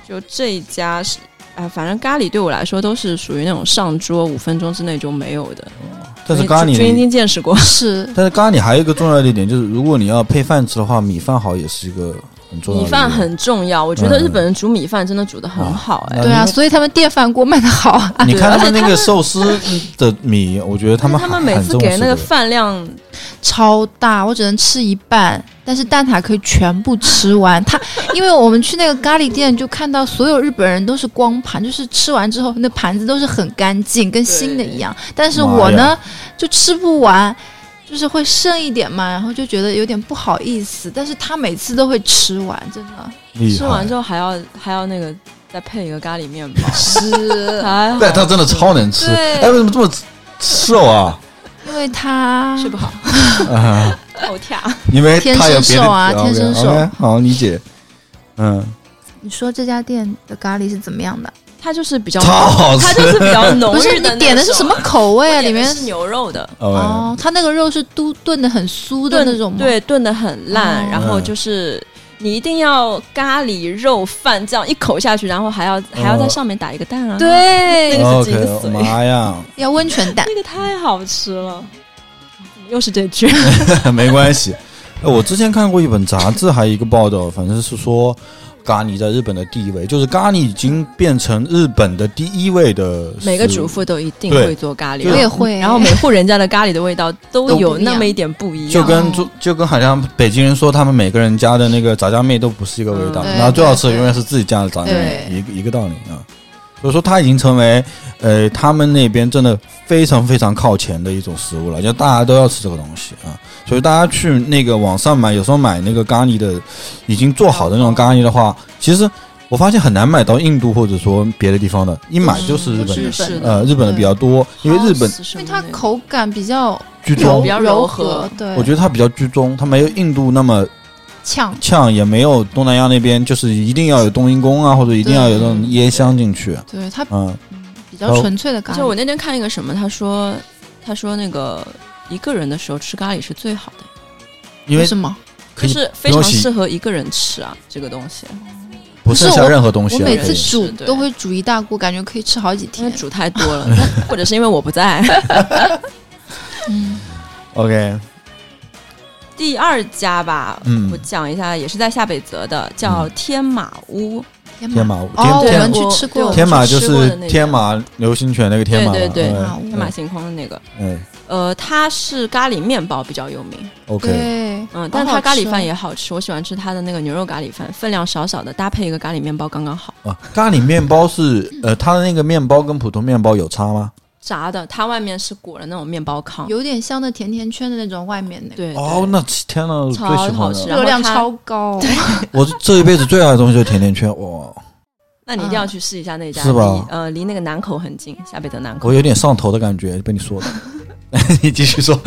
就这一家是，啊、反正咖喱对我来说都是属于那种上桌五分钟之内就没有的。但是咖所以就就已喱。经见识过，是但是咖喱还有一个重要的一点就是，如果你要配饭吃的话，米饭好也是一个很重要的。米饭很重要。我觉得嗯日本人煮米饭真的煮的很好，哎、对啊，所以他们电饭锅卖的好啊。你看他们那个寿司的米，我觉得他但们是他们每很次重给视那这个饭量，超大，我只能吃一半，但是蛋挞可以全部吃完。它， 因为我们去那个咖喱店，就看到所有日本人都是光盘，就是吃完之后那盘子都是很干净，跟新的一样。但是我妈呢呀，就吃不完，就是会剩一点嘛，然后就觉得有点不好意思。但是他每次都会吃完，真的厉害。吃完之后还要还要那个再配一个咖喱面包，是还 好但他真的 超能吃，对哎，为什么这么瘦啊？ 因为他睡不好，后跳。因为天他有生别的瘦啊天生 OK，好理解。嗯，你说这家店的咖喱是怎么样的？它就是比较超好吃它就是比较浓不是郁你的。点的是什么？口味啊？对，里里面面是牛肉的，哦，哦，它那个肉是都炖的很酥的炖那种吗？对，炖的很烂，哦然后就是。你一定要咖喱肉饭这样一口下去，然后还要还要在上面打一个蛋啊！，对那个是哦 OK，几个我水妈呀， 要温泉蛋那个太好吃了。怎么又是这句？没关系。哎，我之前看过一本杂志，还有一个报道，反正是说咖喱在日本的地位，就是咖喱已经变成日本的第一位的食物。每个主妇都一定对会做咖喱，就我也会然后每户人家的咖喱的味道都都不有一样那么一点不一样，就跟就就跟好像北京人说，他们每个人家的那个炸酱面都不是一个味道，嗯对然后最好吃的永远是自己家的炸酱面，对一个一个道理啊。所以说，它已经成为呃他们那边真的非常非常靠前的一种食物了，就大家都要吃这个东西啊。所以大家去那个网上买，有时候买那个咖喱的已经做好的那种咖喱的话，其实我发现很难买到印度或者说别的地方的，一买就是嗯日本是的，是的，呃，日本的比较多，因为日本因因为它口感比较居柔中比，较柔和，对，我觉得它比较居中，它没有印度那么呛。呛也没有东南亚那边，就是一定要有冬阴功啊，或者一定要有那种椰香进去。对它嗯，比较纯粹的咖就我喱，那天看一个什么，他说他说那个一个人的时候吃咖喱是最好的，因为什么？可就以是不非用常洗适，合一个人吃啊，这个东西，不剩不是下我任何东西我啊。每可次以煮是对都会煮一大锅，感觉可以吃好几因为天。煮太 多了，或者是因为我不在。 嗯， OK，第二家吧，嗯我讲一下，也是在下北泽的，叫天马屋，天马舞哦，我天们天去吃对我过们天马去就吃过是的那个天马流星拳那个天马嘛，对对对嗯马舞天马行空的那个，嗯呃，它是咖喱面包比较有名， ，OK，对，嗯，但是好好它咖吃喱哦饭也好吃，我喜欢吃它的那个牛肉咖喱饭，分量少少的，搭配一个咖喱面包刚刚好，啊，咖喱面包是呃，它的那个面包跟普通面包有差吗？炸的，它外面是裹了那种面包糠，有点像那甜甜圈的那种外面那个，对，哦，那天呐，我最超喜欢好吃的，然后热量它超高。我这一辈子最爱的东西就是甜甜圈，哇，那你一定要去试一下那家，是吧离呃，离那个南口很近，下北泽南口我。有点上头的感觉，被你说的， 你继续说，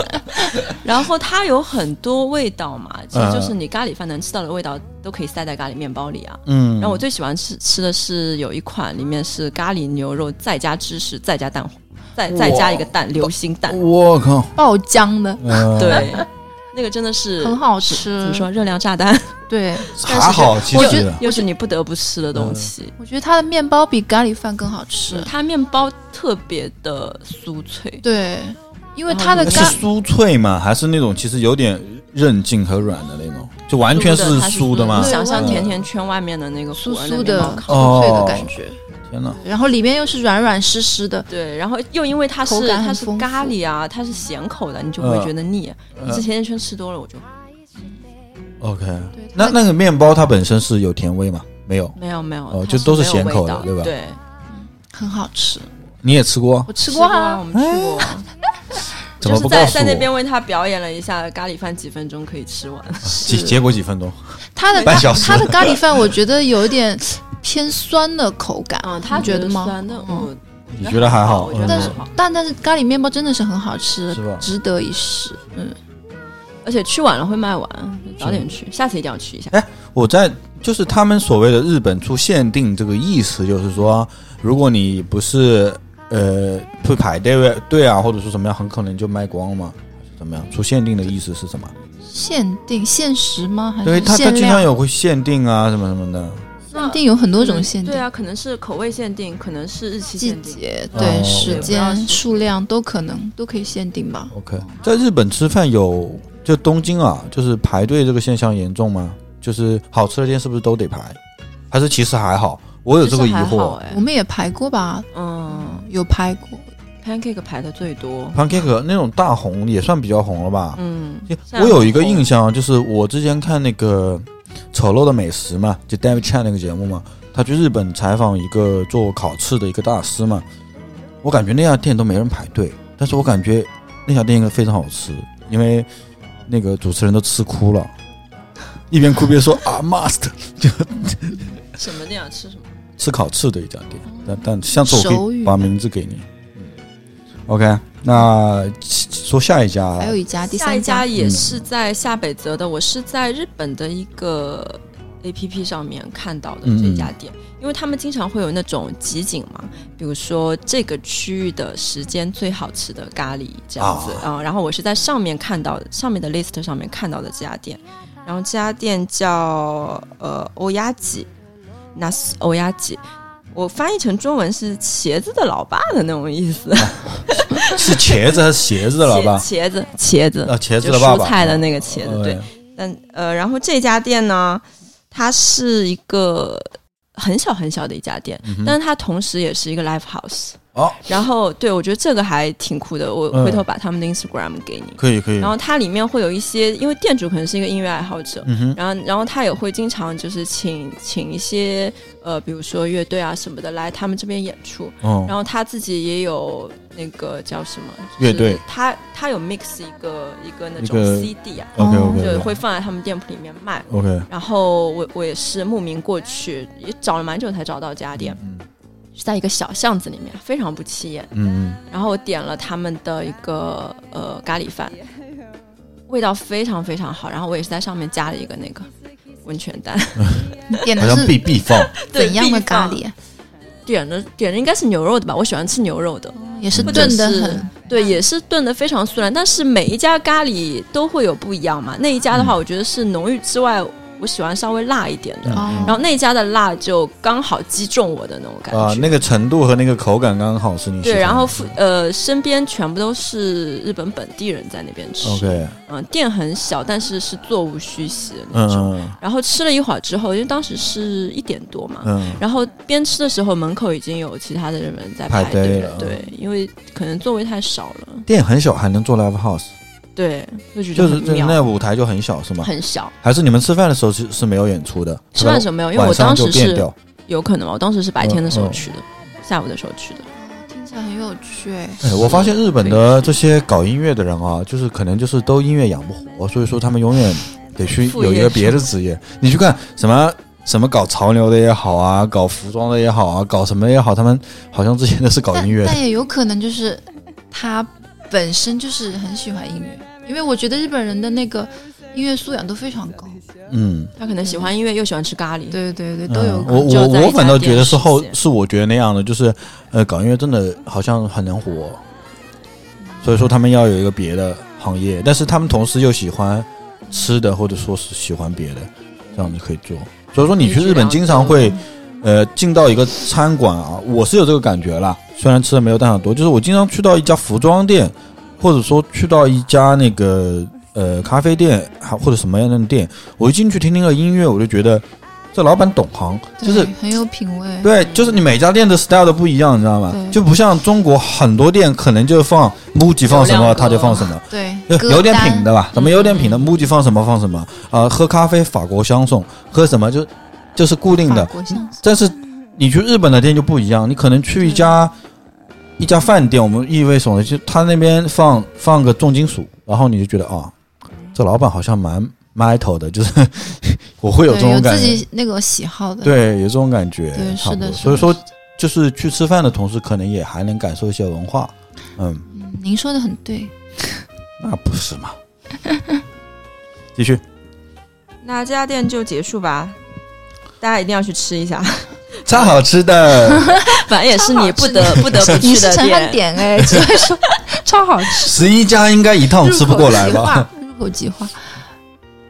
然后它有很多味道嘛，其实嗯就是你咖喱饭能吃到的味道，都可以塞在咖喱面包里啊。嗯，然后我最喜欢吃吃的是有一款，里面是咖喱牛肉，再加芝士，再加蛋黄，再再加一个蛋，流心蛋。嗯我靠，爆浆的，呃，对，那个真的是很好是吃怎么说热量炸 弹？对，还好其我觉实啊得又是你不得不吃的东嗯西。我觉得它的面包比咖喱饭更好吃。它面包特别的酥脆，对，因哦为它的是咖酥脆吗？还是那种其实有点韧劲和软的那种，就完全是它酥的嗯吗你？想象对甜甜圈外面的那个酥裹酥着啊那面的包糠酥脆的哦感觉，天哪！然后里面又是软软湿湿的。对，然后又因为它口是感很它是丰富咖喱啊，它是咸口的，你就不会嗯觉得腻。嗯你吃甜甜圈吃多了，我就 OK，对它那那个面包它本身是有甜味吗？没有，没有没有，哦它就都是没有咸味口的道对吧对，很好吃，你也吃过我，吃吃过过啊，我们去过，哎 怎就么是不在告诉在那边我？为他表演了一下咖喱饭，几分钟可以吃 啊完。结结果几分钟？它的半咖小时它的咖喱饭，我觉得有一点偏酸的口感，嗯，他你觉得得吗？酸，但嗯我你觉得还好？我觉得但嗯是但但是咖喱面包真的是很好吃是吧，值得一试。嗯，而且去晚了会卖完，早点去，下次一定要去一下。我在就是他们所谓的日本出限定这个意思，就是说，如果你不是呃不排队队啊，或者说怎么样，很可能就卖光了嘛，还是怎么样？出限定的意思是什么？限定限时吗？还对是他他限经常量？有会限定啊什么什么的。限定有很多种限定对，啊，可能是口味限定，可能是日期季限定。节、哦对对时我要间、吃数量都可能都可以限定吧。 OK，在日本吃饭有就东京啊，就是排队这个现象严重吗？就是好吃的店是不是都得排？还是其实还好？我有这个疑其实还好惑。哎我，们也排过吧，嗯有排过， ，pancake 排的最多， pancake 那种大红也算比较红了吧？嗯，就现在我有一个很红印象，啊就是我之前看那个《丑陋的美食》嘛，就 David Chan 那个节目嘛，他去日本采访一个做烤翅的一个大师嘛，我感觉那家店都没人排队，但是我感觉那家店应该非常好吃，因为那个主持人都吃哭了，一边哭一边说啊 must 什么店啊？吃什么？吃烤翅的一家店，但但下次我手可以语把名字给你。OK，那说下一家，还有一啊家第下一三家家也嗯是在下北泽的，我是在日本的一个 A P P 上面看到的嗯嗯这家店，因为他们经常会有那种集锦嘛，比如说这个区域的时间最好吃的咖喱这样子啊、然后我是在上面看到的，上面的 list 上面看到的这家店，然后这家店叫呃欧亚吉，nas 欧亚吉。我翻译成中文是茄子的老爸的那种意思，是茄子还是鞋子的老爸？ 茄茄子茄子啊，茄子就的爸蔬爸，菜的那个茄子，对哎。但呃，然后这家店呢，它是一个很小很小的一家店，嗯但是它同时也是一个 live house。哦，然后对我觉得这个还挺酷的，我嗯回头把他们的 Instagram 给你。可以可以。然后它里面会有一些，因为店主可能是一个音乐爱好者，嗯哼，然后然后他也会经常就是请请一些呃，比如说乐队啊什么的来他们这边演出。哦，然后他自己也有那个叫什么乐队，就是他他有 mix 一个一个那一种个 CD 啊， OK 就 OK 会放在他们店铺里面卖。 OK，然后我我也是慕名过去，也找了蛮久才找到这家店，嗯是在一个小巷子里面，非常不起眼。嗯然后我点了他们的一个呃咖喱 饭，味道非常非常好。然后我也是在上面加了一个那个温泉蛋，你点嗯，好的像必是必放，对怎样的必咖放喱啊？点的点的应该是牛肉的吧？我喜欢吃牛肉的，也是或者炖的是很，对，也是炖的非常酥软，但是每一家咖喱都会有不一样嘛。那一家的嗯话，我觉得是浓郁之外，我喜欢稍微辣一点的。嗯哦然后那一家的辣就刚好击中我的那种感觉。啊，那个程度和那个口感刚好是你喜对，欢的然后附呃身边全部都是日本本地人在那边吃，嗯、 OK，店很小，但是是座无虚席的那嗯种。嗯然后吃了一会儿之后，因为当时是一点多嘛，嗯，然后边吃的时候门口已经有其他的人在排排队队了嗯了，对，因为可能座位太少了。店很小还能做 live house，对，就觉就得是很就妙，那舞台就很小是吗？很小。还是你们吃饭的时候是是没有演出的？吃饭的时候，候没有，因为晚我上当就时变是掉。有可能吧，我当时是白天的时候嗯嗯去的，下午的时候去的。听起来很有趣哎。哎，我发现日本的这些搞音乐的人啊，就是可能就是都音乐养不活，所以说他们永远得去副业有一个别的职业。你去看什么什么搞潮流的也好啊，搞服装的也好啊，搞什么也好，他们好像之前都是搞但音乐的但。也有可能就是他本身就是很喜欢音乐，因为我觉得日本人的那个音乐素养都非常高。嗯，他可能喜欢音乐，又喜欢吃咖喱。对对对，都有嗯可我能。就我在一我家反倒店觉得是实后现是我觉得那样的，就是呃，搞音乐真的好像很能火，所以说他们要有一个别的行业，但是他们同时又喜欢吃的，或者说是喜欢别的，这样子可以做。所以说你去日本经常会，呃，进到一个餐馆啊，我是有这个感觉啦。虽然吃的没有蛋挞多，就是我经常去到一家服装店，或者说去到一家那个呃咖啡店，还或者什么样的店，我一进去听听个音乐，我就觉得这老板懂行，就是对很有品味。对，就是你每家店的 style 都不一样，你知道吗对？就不像中国很多店可能就放 MUJI 放什流么，量歌他就放什么。对呃，歌有点单嗯品的吧，咱们有点品的，MUJI 放什么放什么啊、喝咖啡法国香颂，喝什么就就是固定的法。国香但是你去日本的店就不一样，你可能去一家一家饭店，我们意味所就他那边放放个重金属，然后你就觉得啊，这老板好像蛮 metal 的，就是 我会有对这种有感自觉。己那个喜好的，对，有这种感觉，对差是不的多是的所以说，就是去吃饭的同时，可能也还能感受一些文化。嗯，嗯您说的很对。那不是嘛？ 继续，那这家店就结束吧，大家一定要去吃一 下，超好 吃的，反正也是你不得不得不你去是的陈汉典店。哎，只会说超好吃，十一家应该一趟吃不过来吧？入口即化？入口即化，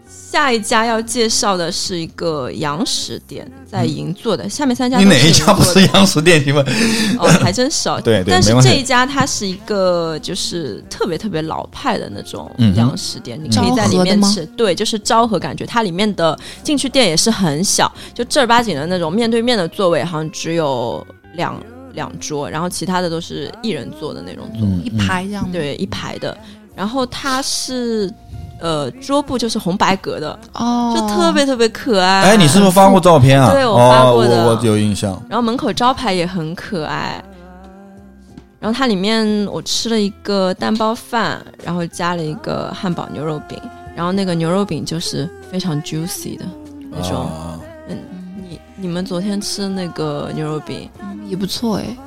下一家要介绍的是一个洋食店，在银座的。下面三家 你都哪一银家不座是的洋食店？请问， 哦，还真少。对对但是没关系这一家它是一个就是特别特别老派的那种嗯哼洋食店，你可以在里昭和的面吗吃。对，就是昭和感觉，它里面的进去店也是很小，就正儿八经的那种面对面的座位，好像只有两两桌，然后其他的都是一人坐的那种座位。嗯一，排这样吗对，一排的。然后它是呃桌布就是红白格的，哦，就特别特别可爱。哎，你是不是发过照片啊？啊对我发哦，过的我我有印象。然后门口招牌也很可爱。然后它里面我吃了一个蛋包饭，然后加了一个汉堡牛肉饼，然后那个牛肉饼就是非常 juicy 的那种。啊，你你们昨天吃的那个牛肉饼嗯也不错哎，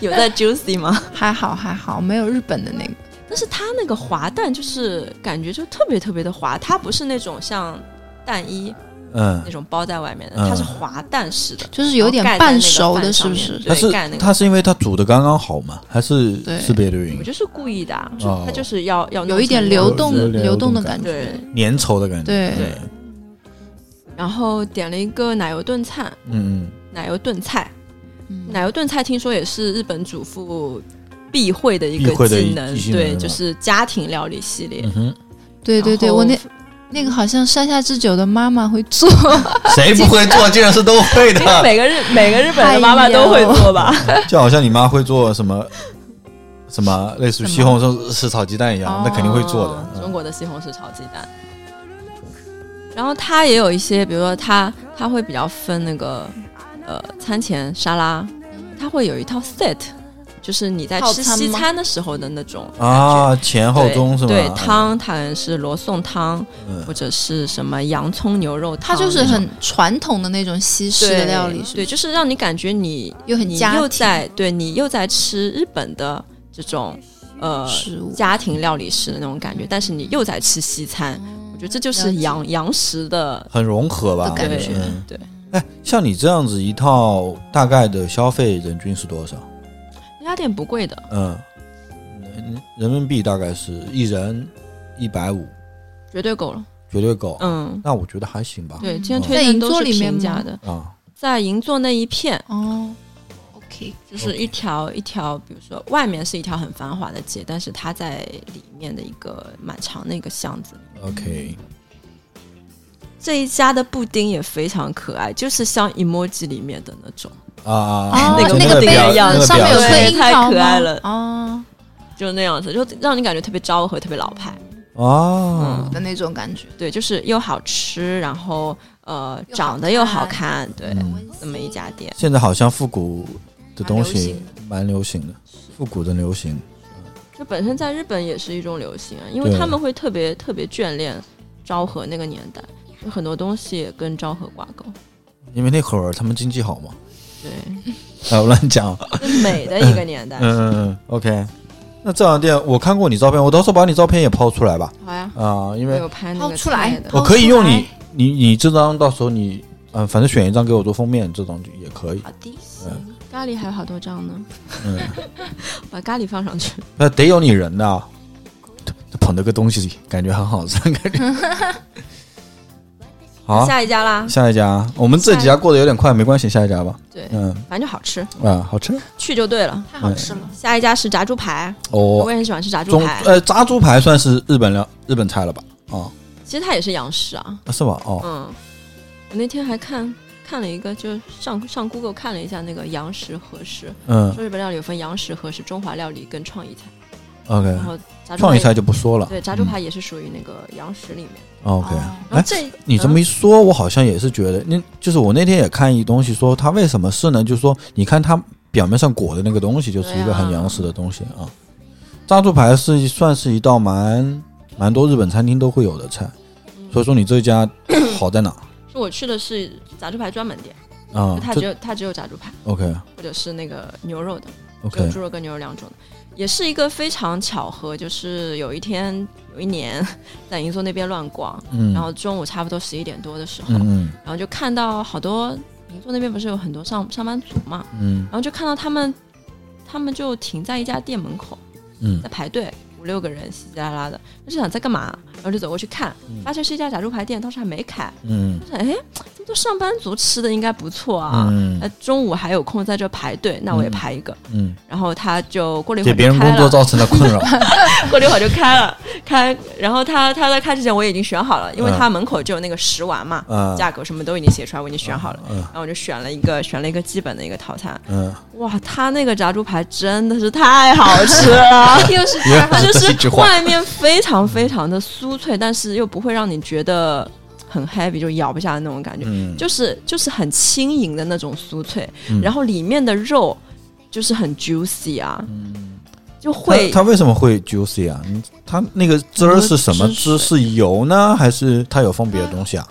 有在 juicy 吗？ 还好还好，没有日本的那个。但是它那个滑蛋就是感觉就特别特别的滑，它不是那种像蛋衣嗯那，种包在外面的，嗯它是滑蛋式的，就是有点然后盖在那半个熟的，饭是上不面是？对它是盖那个它是因为它煮的刚刚好嘛，还是对是别的原我因？就是故意的、啊，就哦它就是要要弄有一点成流有动有流流动的动感感觉。对。粘稠的感觉。对对然后点了一个奶油炖菜，嗯奶油炖菜，嗯奶油炖菜听说也是日本主妇必会的一必会个的一技能，一技能对，是吧就是家庭料理系列。嗯嗯哼，对对对，然后我那那个好像山下智久的妈妈会 做，谁不会做，竟然是都会因为的。每个日每个日本的妈妈都会做吧？就好像你妈会做什么什么类似于西红柿是炒鸡蛋一样，那肯定会做的。哦中嗯国的西红柿炒鸡蛋。然后它也有一些，比如说它它会比较分那个呃餐前沙拉，它会有一套 set，就是你在嗯套吃餐西吗餐的时候的那种啊，前后对中是吧？对，汤它可能是罗宋汤，嗯或者是什么洋葱牛肉汤它哦那种，就是很传统的那种西式的对料理，是不对，是就是让你感觉你又很你家又庭在对你又在吃日本的这种呃食物家庭料理式的那种感觉，但是你又在吃西餐，我觉得这就了是解洋洋食的很融合吧？的感对觉嗯对。哎，像你这样子一套，大概的消费人均是多少？那家店不贵的，嗯，人人民币大概是一人一百五，绝对够了。绝对够。嗯，那我觉得还行吧。对，今天嗯推在荐银都座是里面平吗价的，啊，在银座那一片，哦，OK，就是一条一条，比如说外面是一条很繁华的街，但是它在里面的一个蛮长的一个巷子。 OK，这一家的布丁也非常可爱，就是像 emoji 里面的那种，啊啊哦啊， 那个那那个表表样那个上面有表对颗情樱太桃可吗爱了哦就那样子，就让你感觉特别昭和，特别老派。啊，的那种感觉，对，就是又好吃，然后呃又好长得又好看，对，嗯这么一家 店。现在好像复古的东蛮流西行蛮流行的，复古的流行。就本身在日本也是一种流行啊，因为对他们会特别特别眷恋昭和那个年代，有很多东西也跟昭和挂钩。因为那会儿他们经济好嘛，对，啊，我乱讲。是美的一个年代。嗯嗯，OK。那这两店我看过你照片，我到时候把你照片也抛出来吧。好呀，啊、因我为嗯有拍那掏个出来菜的，我可以用你你你这张，到时候你嗯、反正选一张给我做封面，这张就也可以。好的，咖喱还有好多张呢， 嗯，把咖喱放上去。那得有你人的啊，捧着个东西，感觉很好吃，感觉。 好，下一家啦，下一家，我们这几家过得有点快，没关系，下一家吧。对，嗯反正就好吃，啊，好吃去就对了。太好吃了，下一家是炸猪排，我哦。也很喜欢吃炸猪中排，呃，炸猪排算是日本料日本菜了吧？哦，其实它也是洋式啊。啊是吧？哦，嗯，我那天还看看了一个，就上上 Google 看了一下那个洋食和食，嗯说日本料理有分洋食、和食、中华料理跟创意菜， ，OK，然后炸猪嗯创意排菜就不说了。对炸猪排也是属于那个洋食里面。嗯，OK。哦然哎后，这你这么一说，我好像也是觉得，那就是我那天也看一东西说它为什么是呢？就是说，你看它表面上裹的那个东西，就是一个很洋式的东西啊。炸猪排是算是一道蛮蛮多日本餐厅都会有的菜，所以说你这 家好在哪嗯我去的是炸猪排专门店，啊就？它只这有它只有炸猪排， OK 或者是那个牛肉的，只有 OK 猪肉跟牛肉两种的。也是一个非常巧合，就是有一天有一年在银座那边乱逛，嗯，然后中午差不多十一点多的时候，嗯然后就看到好多银座那边不是有很多上上班族嘛，嗯然后就看到他们，他们就停在一家店门口嗯在排队，五六个人稀稀拉拉的，我就想在干嘛，然后就走过去看，发现是一家炸猪排店，当时还没开，嗯嗯我想哎，这么多上班族吃的应该不错啊。嗯呃，中午还有空在这排队，那我也排一个。嗯，然后他就过了一给会儿别就人开工作了，造成了困扰。 过了一会儿就开了，开。然后他他在开之前我已经选好了，因为他门口就有那个食玩嘛，嗯价格什么都已经写出来，我已经选好了。嗯然后我就选了一个选了一个基本的一个套餐，嗯，哇，他那个炸猪排真的是太好吃了， 又是也它就这一句是话外面非嗯常非常的酥脆，但是又不会让你觉得很 heavy，就咬不下的那种感觉，嗯就是就是很轻盈的那种酥脆，然后里面的肉就是很 juicy 啊，就会它它为什么会 juicy 啊？你它那个汁儿是什么汁？汁水是油呢，还是它有放别的东西啊？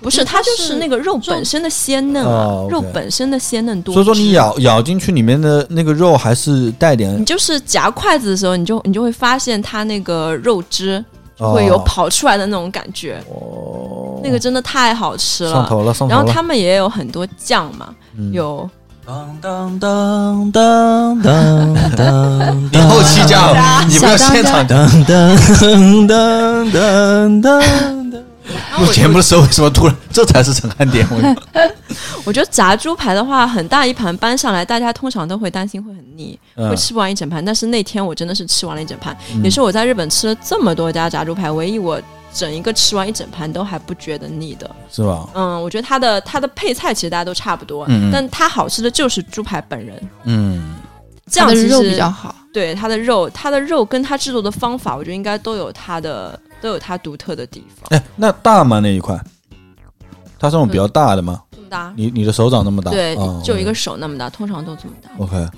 不是它就是那个肉它是本身的鲜嫩哦啊， ，OK 肉本身的鲜嫩多所汁，以说你咬咬进去里面的那个肉还是带点你就是夹筷子的时候，你就你就会发现它那个肉汁哦会有跑出来的那种感觉，哦，那个真的太好吃上了。头了上嗯头然了。后他们也有很多酱嘛，有当当当当当当，你后期加油，你不要现 场当当当当当 当。录节目的时候为什么突然？这才是陈汉典，我 我觉得炸猪排的话，很大一盘搬上来，大家通常都会担心会很腻，嗯会吃不完一整盘。但是那天我真的是吃完了一整盘，也是我在日本吃了这么多家炸猪排，唯一我整一个吃完一整盘都还不觉得腻的。是吧？嗯，我觉得它的它的配菜其实大家都差不多，嗯嗯但它好吃的就是猪排本人。嗯这它样的其实肉比较好，对它的肉，它的肉跟它制作的方法，我觉得应该都有它的都有它独特的地方。哎，那大吗那一块？它是那种比较大的吗？这么大，你你的手掌那么大？对，哦就一个手那么大，通常都这么大。 OK，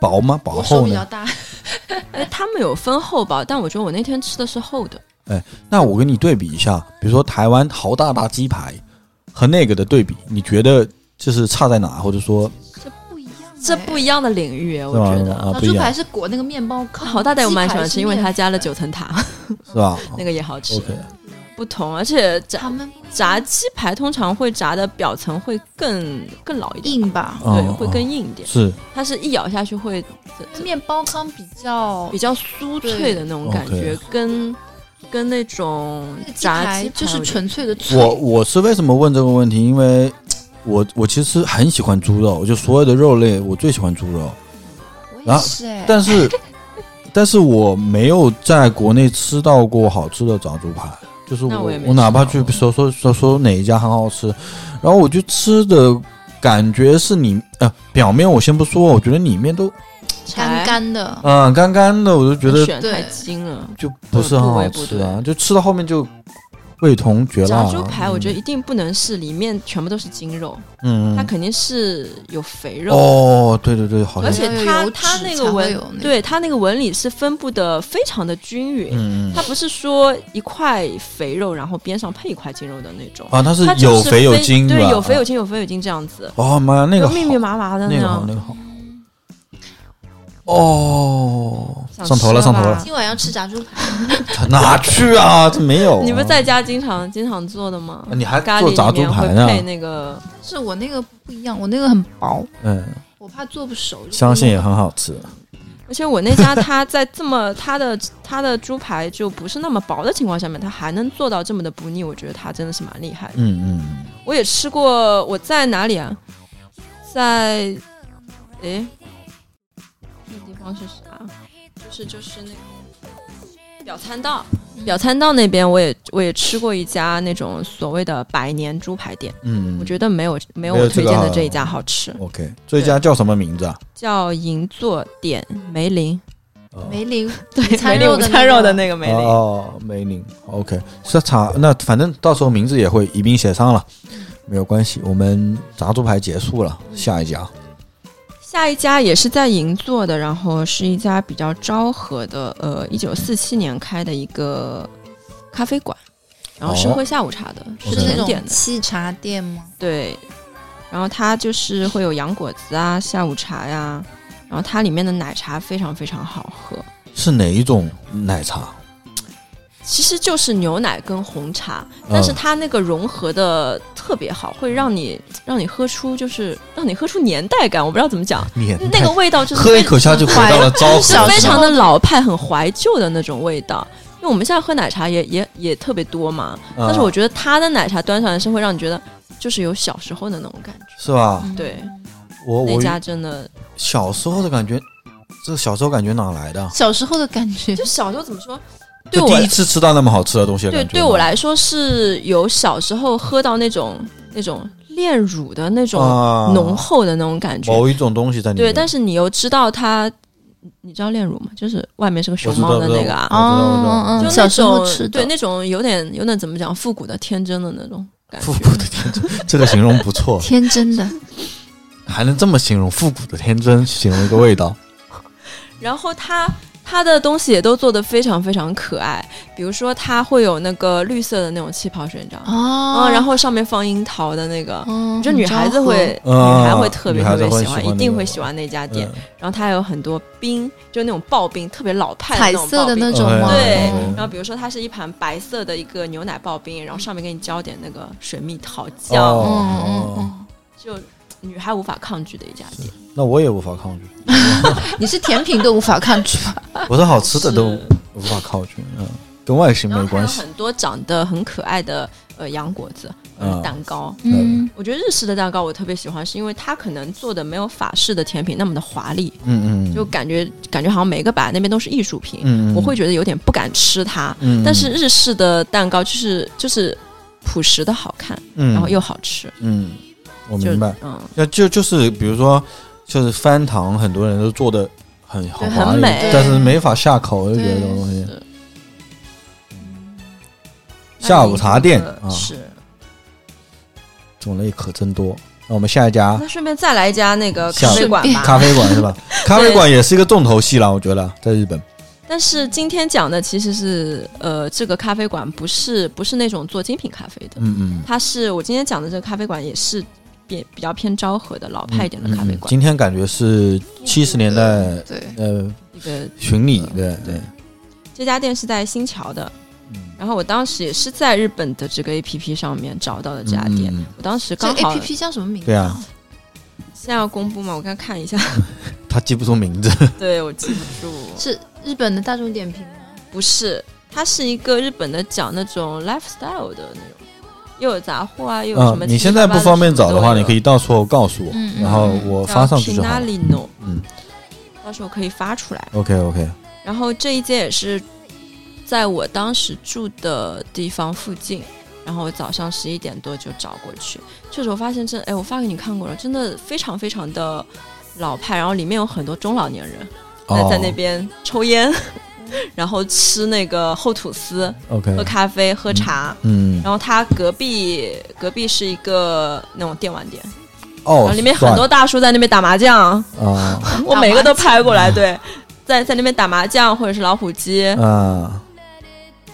薄吗？薄我手厚比较呢？大，哎，他们有分厚薄，但我觉得我那天吃的是厚的。那我跟你对比一下，比如说台湾豪大大鸡排和那个的对比，你觉得就是差在哪？或者说这不一样，哎这不一样的领域，我是吧觉是哦吧？啊，得。炸不一猪排样是裹那个面包糠，好大的我蛮喜欢鸡排是吃，因为面它加了九层塔，是吧哦那个也好吃。 ？OK，不同，而且炸他们炸鸡排通常会炸的表层会更更老一点，硬吧，哦对，哦会更硬一点。是它是一咬下去会这这面包糠比较比较酥脆的那种感觉，跟跟那种炸排鸡就是我觉得纯粹的脆，我我是为什么问这个问题？因为我我其实很喜欢猪肉，就所有的肉类我最喜欢猪肉，我也是哎，啊但是但是我没有在国内吃到过好吃的炸猪排。就是那我，我也我没哪吃怕到去过说说说说哪一家很好吃，然后我就吃的感觉是你呃，表面我先不说，我觉得里面都干干的，嗯、呃干干的，我就觉得选对太精了。就不是很好吃啊，就吃到后面就味同嚼蜡、炸啊。猪排我觉得一定不能是里面全部都是筋肉，嗯，它嗯肯定是有肥肉的哦，对对对，好像而且要有它油它脂那才个会纹有那，个对它那个纹理是分布的非常的均匀，嗯嗯它不是说一块肥肉，然后边上配一块筋肉的那种，啊，它是它就有是肥有非筋，对，吧有肥有筋，有肥有筋这样子，哦妈，那个就好密密麻麻的那个好样。那个好。哦，上头啊了，上头了，今晚要吃炸猪排，哪去啊？这没有啊。啊你不是在家经常经常做的吗？你还咖嗯做喱炸里猪面会排呢？配那个，是我那个不一样，我那个很薄，嗯，我怕做不熟，相信也就很好吃。而且我那家 它在这么它的它的猪排就不是那么薄的情况下面，它还能做到这么的不腻，我觉得它真的是蛮厉害的。嗯嗯，我也吃过，我在哪里啊？在，诶，那地方是啥？就是就是那个表参道，表参道那边我也我也吃过一家那种所谓的百年猪排店，嗯，我觉得没有没有没有我推荐这的个这一家好吃， OK，这家叫什么名字啊？叫银座点梅林，梅林对，餐梅林肉午的餐那肉个的那个梅林，哦，梅林，OK，是查那反正到时候名字也会一并写上了，没有关系。我们炸猪排结束了，下一家下一家也是在银座的，然后是一家比较昭和的，呃，一九四七年开的一个咖啡馆，然后是哦喝下午茶的，是是那甜点种的，沏茶店吗？对。然后它就是会有洋果子啊、下午茶呀、然后它里面的奶茶非常非常好喝，是哪一种奶茶？其实就是牛奶跟红茶，但嗯是它那个融合的特别好，会让你让你喝出就是让你喝出年代感，我不知道怎 么讲，年代那个味道就是喝一口下就回到了昭小和时非候常的老派、很怀旧的那种味道。因为我们现在喝奶茶也也也特别多嘛，嗯但是我觉得它的奶茶端上来是会让你觉得就是有小时候的那种感觉。是吧？啊对，嗯我那我嗯家真的小时候的感觉，这小时候感觉哪来的？小时候的感觉 就，小时候怎么说？对就我哎第一次吃到那么好吃的东西的对感觉对我吗来说是有小时候喝到那种那种炼乳的那种啊浓厚的那种感觉。某一种东西在里面。对，但是你又知道它，你知道炼乳吗？就是外面是个我熊知道猫的那个啊。啊，我嗯知道我知道就那小时候种吃的对那种有点有点怎么讲复古的天真的那种感觉。复古的天真， 这个形容不错，天真的，还能这么形容复古的天真，形容一个味道。然后它它的东西也都做的非常非常可爱，比如说它会有那个绿色的那种气泡水，你知道吗？哦嗯，然后上面放樱桃的那个。嗯，就女孩子会，很昭和女孩会啊特别女孩子特别会喜喜欢，欢一定那会个喜欢那家店嗯。然后它还有很多冰，就那种刨冰，特别老派彩的那种色的刨冰那种嗯吗？对哦，然后比如说它是一盘白色的一个牛奶刨冰，然后上面给你浇点那个水蜜桃酱，哦嗯嗯嗯，就女孩无法抗拒的一家店。那我也无法抗拒，你是甜品都无法抗拒吧？我是好吃的都啊是无法抗拒，嗯，跟外形然没后还有关系。很多长得很可爱的呃洋果子、呃嗯蛋糕。嗯，我觉得日式的蛋糕我特别喜欢，是因为它可能做的没有法式的甜品那么的华丽，嗯嗯，就感觉感觉好像每个摆那边都是艺术品，嗯嗯我会觉得有点不敢吃它。嗯，但是日式的蛋糕就是就是朴实的好看，嗯，然后又好吃，嗯，我就明白。嗯。那就就是比如说，就是翻糖，很多人都做的很好对华很丽美但是没法下口，就觉得对这种东西。是下午茶店啊，是。种类可真多。那我们下一家那顺便再来一家那个下咖午啡馆吧。咖啡馆 是吧？咖啡馆也是一个重头戏了，我觉得在日本。但是今天讲的其实是呃，这个咖啡馆不是不是那种做精品咖啡的，嗯嗯，它是我今天讲的这个咖啡馆也是比比较偏昭和的老派一点的咖啡嗯嗯馆，今天感觉是七十年代对，呃一个巡礼的，对这家店是在新桥的。嗯然后我当时也是在日本的这个 A P P 上面找到的这家店，嗯嗯嗯我当时这刚 A 好 P P 叫什么名字？对啊，现在要公布吗？我刚看一下，他记不住名字。对我记不住，是日本的大众点评吗？不是，它是一个日本的讲那种 lifestyle 的那种，又有杂货啊，又有什嗯么、，你现在不方便找的话，你可以以到时候告诉我，嗯嗯然后我发上去就好了。 Pinalino，嗯到时候可以发出来。 ，OK OK，然后这一间也是在我当时住的地方附近，然后我早上十一点多就找过去，确实我发现真，哎，我发给你看过了，真的非常非常的老派，然后里面有很多中老年人在、哦在那边抽烟， 然后吃那个厚吐司， OK，喝咖啡，喝茶。嗯，然后它隔壁隔壁是一个那种电玩店，然哦后，里面很多大叔在那边打麻将，算啊我每个都拍过嗯来，对，在在那边打麻将或者是老虎机，啊，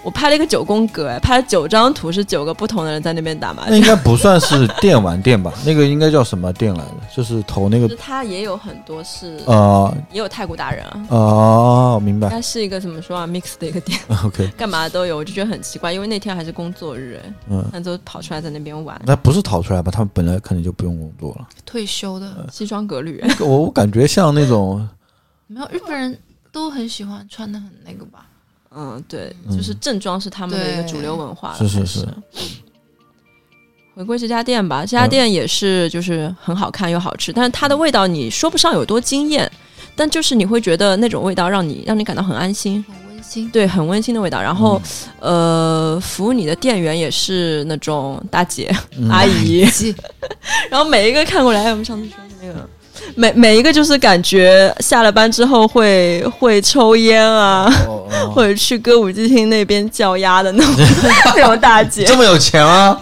我拍了一个九宫格，哎拍了九张图，是九个不同的人在那边打麻那将应。该不算是电玩店吧？那个应该叫什么店来着？就是投那个就是 它也有很多是，呃也有太古达人啊，哦，明 白它是一个怎么说啊，mix 的一个店， OK，干嘛都有，我就觉得很奇怪，因为那天还是工作日，哎嗯，他都跑出来在那边玩，那不是逃出来吧？他们本来可能就不用工 作了。退休的西装革履，哎我我感觉像那种没有日本人都很喜欢穿的很那个吧？嗯，对，就是正装是他们的一个主流文化了。对是是还是是。回归这家店吧，这家店也是就是很好看又好吃，但是它的味道你说不上有多惊艳，但就是你会觉得那种味道让你让你感到很安心，很温馨。对，很温馨的味道。然后，嗯呃，服务你的店员也是那种大姐、嗯 阿姨，记然后每一个看过来，哎我们上次说的那个，每每一个就是感觉下了班之后会会抽烟啊，哦哦或者去歌舞伎町那边叫鸭的那 种那种大姐这，么有钱 吗？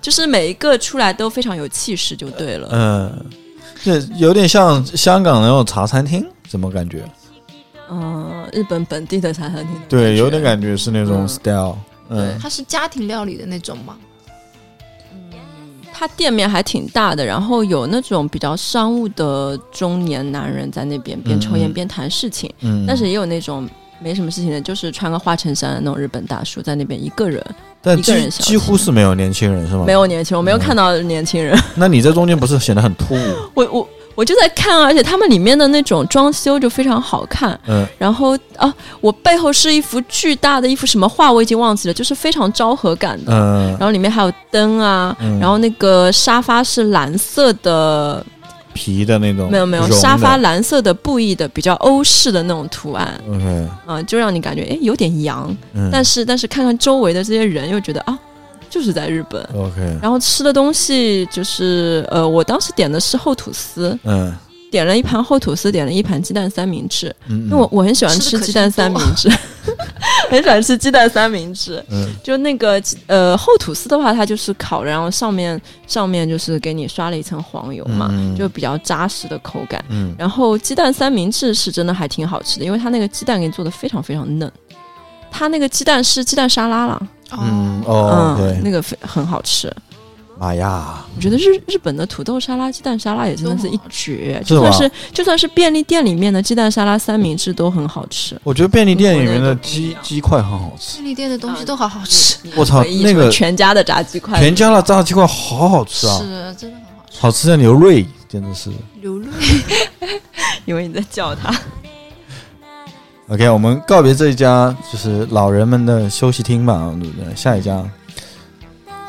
就是每一个出来都非常有气势，就对了。嗯，这有点像香港那种茶餐厅，怎么感觉？嗯、日本本地的茶餐厅，对，有点感觉是那种嗯 style。嗯，它是家庭料理的那种吗？它店面还挺大的，然后有那种比较商务的中年男人在那边边抽嗯烟嗯边谈事情，嗯但是也有那种没什么事情的，就是穿个花衬衫的那种日本大叔在那边一个人，但一个几人小几乎吃是没有年轻人是吗？没有。年轻人，我没有嗯看到年轻人，那你在中间不是显得很突兀？ 我我我就在看，而且他们里面的那种装修就非常好看。嗯，然后啊，我背后是一幅巨大的一幅什么画，我已经忘记了，就是非常昭和感的。嗯，然后里面还有灯啊，然后那个沙发是蓝色的，皮的那种，没有没有，哦绒的沙发。蓝色的布艺的，比较欧式的那种图案， OK，啊、就让你感觉哎有点洋，嗯，但是但是看看周围的这些人，又觉得啊，就是在日本。 OK，然后吃的东西就是，呃，我当时点的是厚吐司，嗯点了一盘厚吐司，点了一盘鸡蛋三明治，嗯，因为我我很喜欢吃吃得可鸡蛋三明治， 很喜欢吃鸡蛋三明治。嗯就那个呃厚吐司的话，它就是烤了，然后上面上面就是给你刷了一层黄油嘛，嗯就比较扎实的口感。嗯然后鸡蛋三明治是真的还挺好吃的，因为它那个鸡蛋给你做的非常非常嫩，它那个鸡蛋是鸡蛋沙拉啦，嗯哦，哦嗯，对，那个非很好吃。妈呀，我觉得日日本的土豆沙拉、鸡蛋沙拉也真的是一绝，是就算吧是就算是便利店里面的鸡蛋沙拉、三明治都很好吃。我觉得便利店里面中国的那个不一鸡样鸡块很好吃，便利店的东西都好好吃，我操回忆那什么个全家的炸鸡块，全家的炸鸡块好好吃啊，是真的很好吃。好吃的牛瑞真的是。流泪，因为你在叫它。 OK，我们告别这一家就是老人们的休息厅吧，对不对？下一家，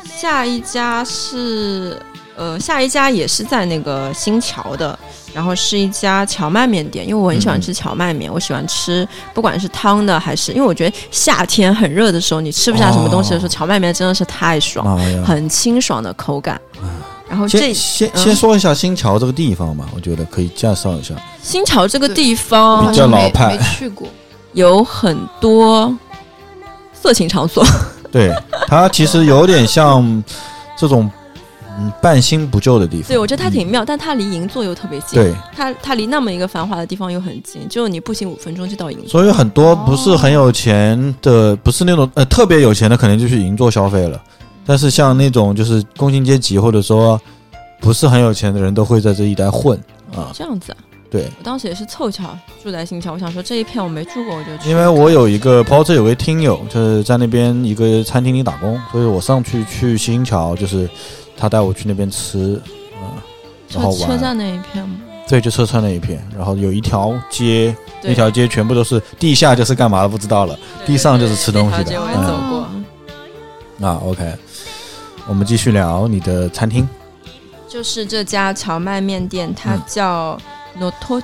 下一家是呃，下一家也是在那个新桥的，然后是一家荞麦面店，因为我很喜欢吃荞麦面，我喜欢吃不管是汤的还是，因为我觉得夏天很热的时候，你吃不下什么东西的时哦候，荞麦面真的是太爽，妈呀！嗯很清爽的口感。然后这先先嗯先说一下新桥这个地方吧，我觉得可以介绍一下。新桥这个地我方好比较像老没派没去过。有很多色情场所，对，它其实有点像这种嗯半新不旧的地方。对我觉得它挺妙，但它离银座又特别近，对，它它离那么一个繁华的地方又很近，就你步行五分钟就到银座。所以很多不是很有钱的，不是那种呃特别有钱的，可能就去银座消费了。但是像那种就是工薪阶级或者说不是很有钱的人，都会在这一带混啊。这样子、啊，对，我当时也是凑巧住在新桥，我想说这一片我没住过，我就去。因为我有一个包车有位听友，就是在那边一个餐厅里打工，所以我上去去新桥，就是他带我去那边吃啊、然车后车玩，站那一片嘛，对，就车站那一片，然后有一条街，对那条街全部都是地下就是干嘛的不知道了，地上就是吃东西对对对的那条街我也走过，啊。OK，我们继续聊你的餐厅，就是这家荞麦面店，它嗯叫 Notoji，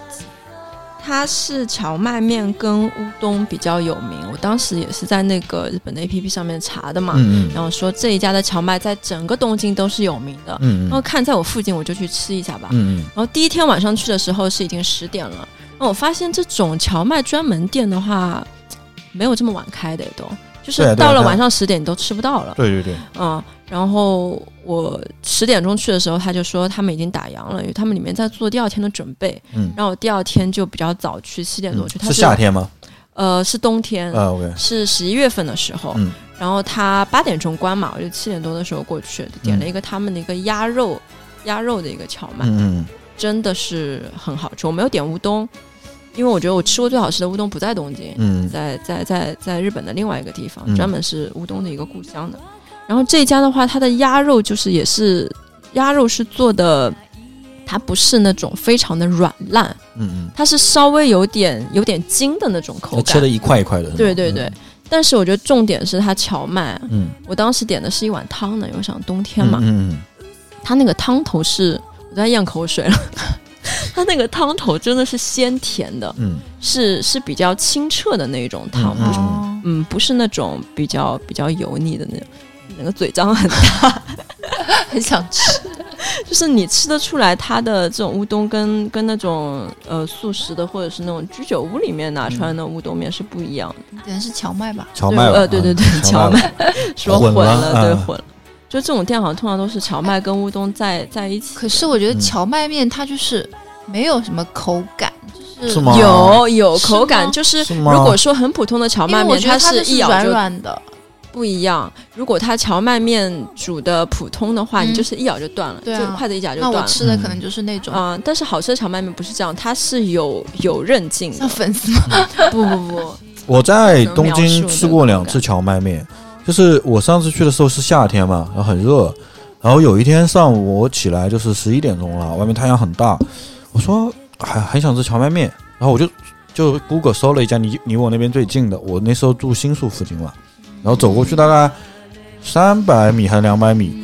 它是荞麦面跟乌冬比较有名。我当时也是在那个日本的 APP 上面查的嘛，嗯嗯然后说这一家的荞麦在整个东京都是有名的。嗯然后嗯看在我附近，我就去吃一下吧。嗯嗯，然后第一天晚上去的时候是已经十点了。那我发现这种荞麦专门店的话，没有这么晚开的也都，对啊就是对啊到了对啊晚上十点你都吃不到了。对对对，嗯，然后我十点钟去的时候，他就说他们已经打烊了，因为他们里面在做第二天的准备。嗯，然后我第二天就比较早去，七点多去。他是夏，天吗？呃，是冬天，啊，OK，是十一月份的时候。嗯然后他八点钟关嘛，我就七点多的时候过去，就点了一个他们的一个鸭肉鸭肉的一个荞麦。嗯嗯真的是很好吃。我没有点乌冬，因为我觉得我吃过最好吃的乌冬不在东京，嗯在在在在日本的另外一个地方，嗯专门是乌冬的一个故乡的。然后这家的话，它的鸭肉就是也是鸭肉是做的它不是那种非常的软烂，嗯它是稍微有点有点筋的那种口嗯，切感的。一块一块的，对对对。但是我觉得重点是它荞麦，嗯，我当时点的是一碗汤呢，因为我想冬天嗯，嘛，嗯嗯它那个汤头是我在咽口水了， 它那个汤头真的是鲜甜的，嗯是是比较清澈的那种汤，嗯不是哦，嗯不是那种比较比较油腻的那种，那个嘴张很 大， 很想吃。就是你吃得出来它的这种乌冬跟跟那种呃素食的或者是那种居酒屋里面拿出来的那种乌冬面是不一样的。你点的是荞麦吧？荞麦吧呃对对对嗯荞麦吧，说混混了了，对嗯混了。就这种店好像通常都是荞麦跟乌冬在在一起，可是我觉嗯得荞麦面它就是没有什么口感，就是是吗有有口是感，吗就是是如吗果说很普通的荞因麦为我面，觉得它是就是一咬软就软的，不一样。如果它荞麦面煮的普通的话，嗯你就是一咬就断了，对啊就筷子一夹就那断我了。吃的可能就是那种、啊、但是好吃的荞麦面不是这样，它是有有韧劲的像。粉丝吗？ 不不不，我在东京吃过两次荞麦面，就是我上次去的时候是夏天嘛，然后很热，然后有一天上午我起来就是十一点钟了，外面太阳很大，我说还很想吃荞麦面，然后我就就 Google 搜了一家离离我那边最近的，我那时候住新宿附近嘛，然后走过去大概三百米还是两百米，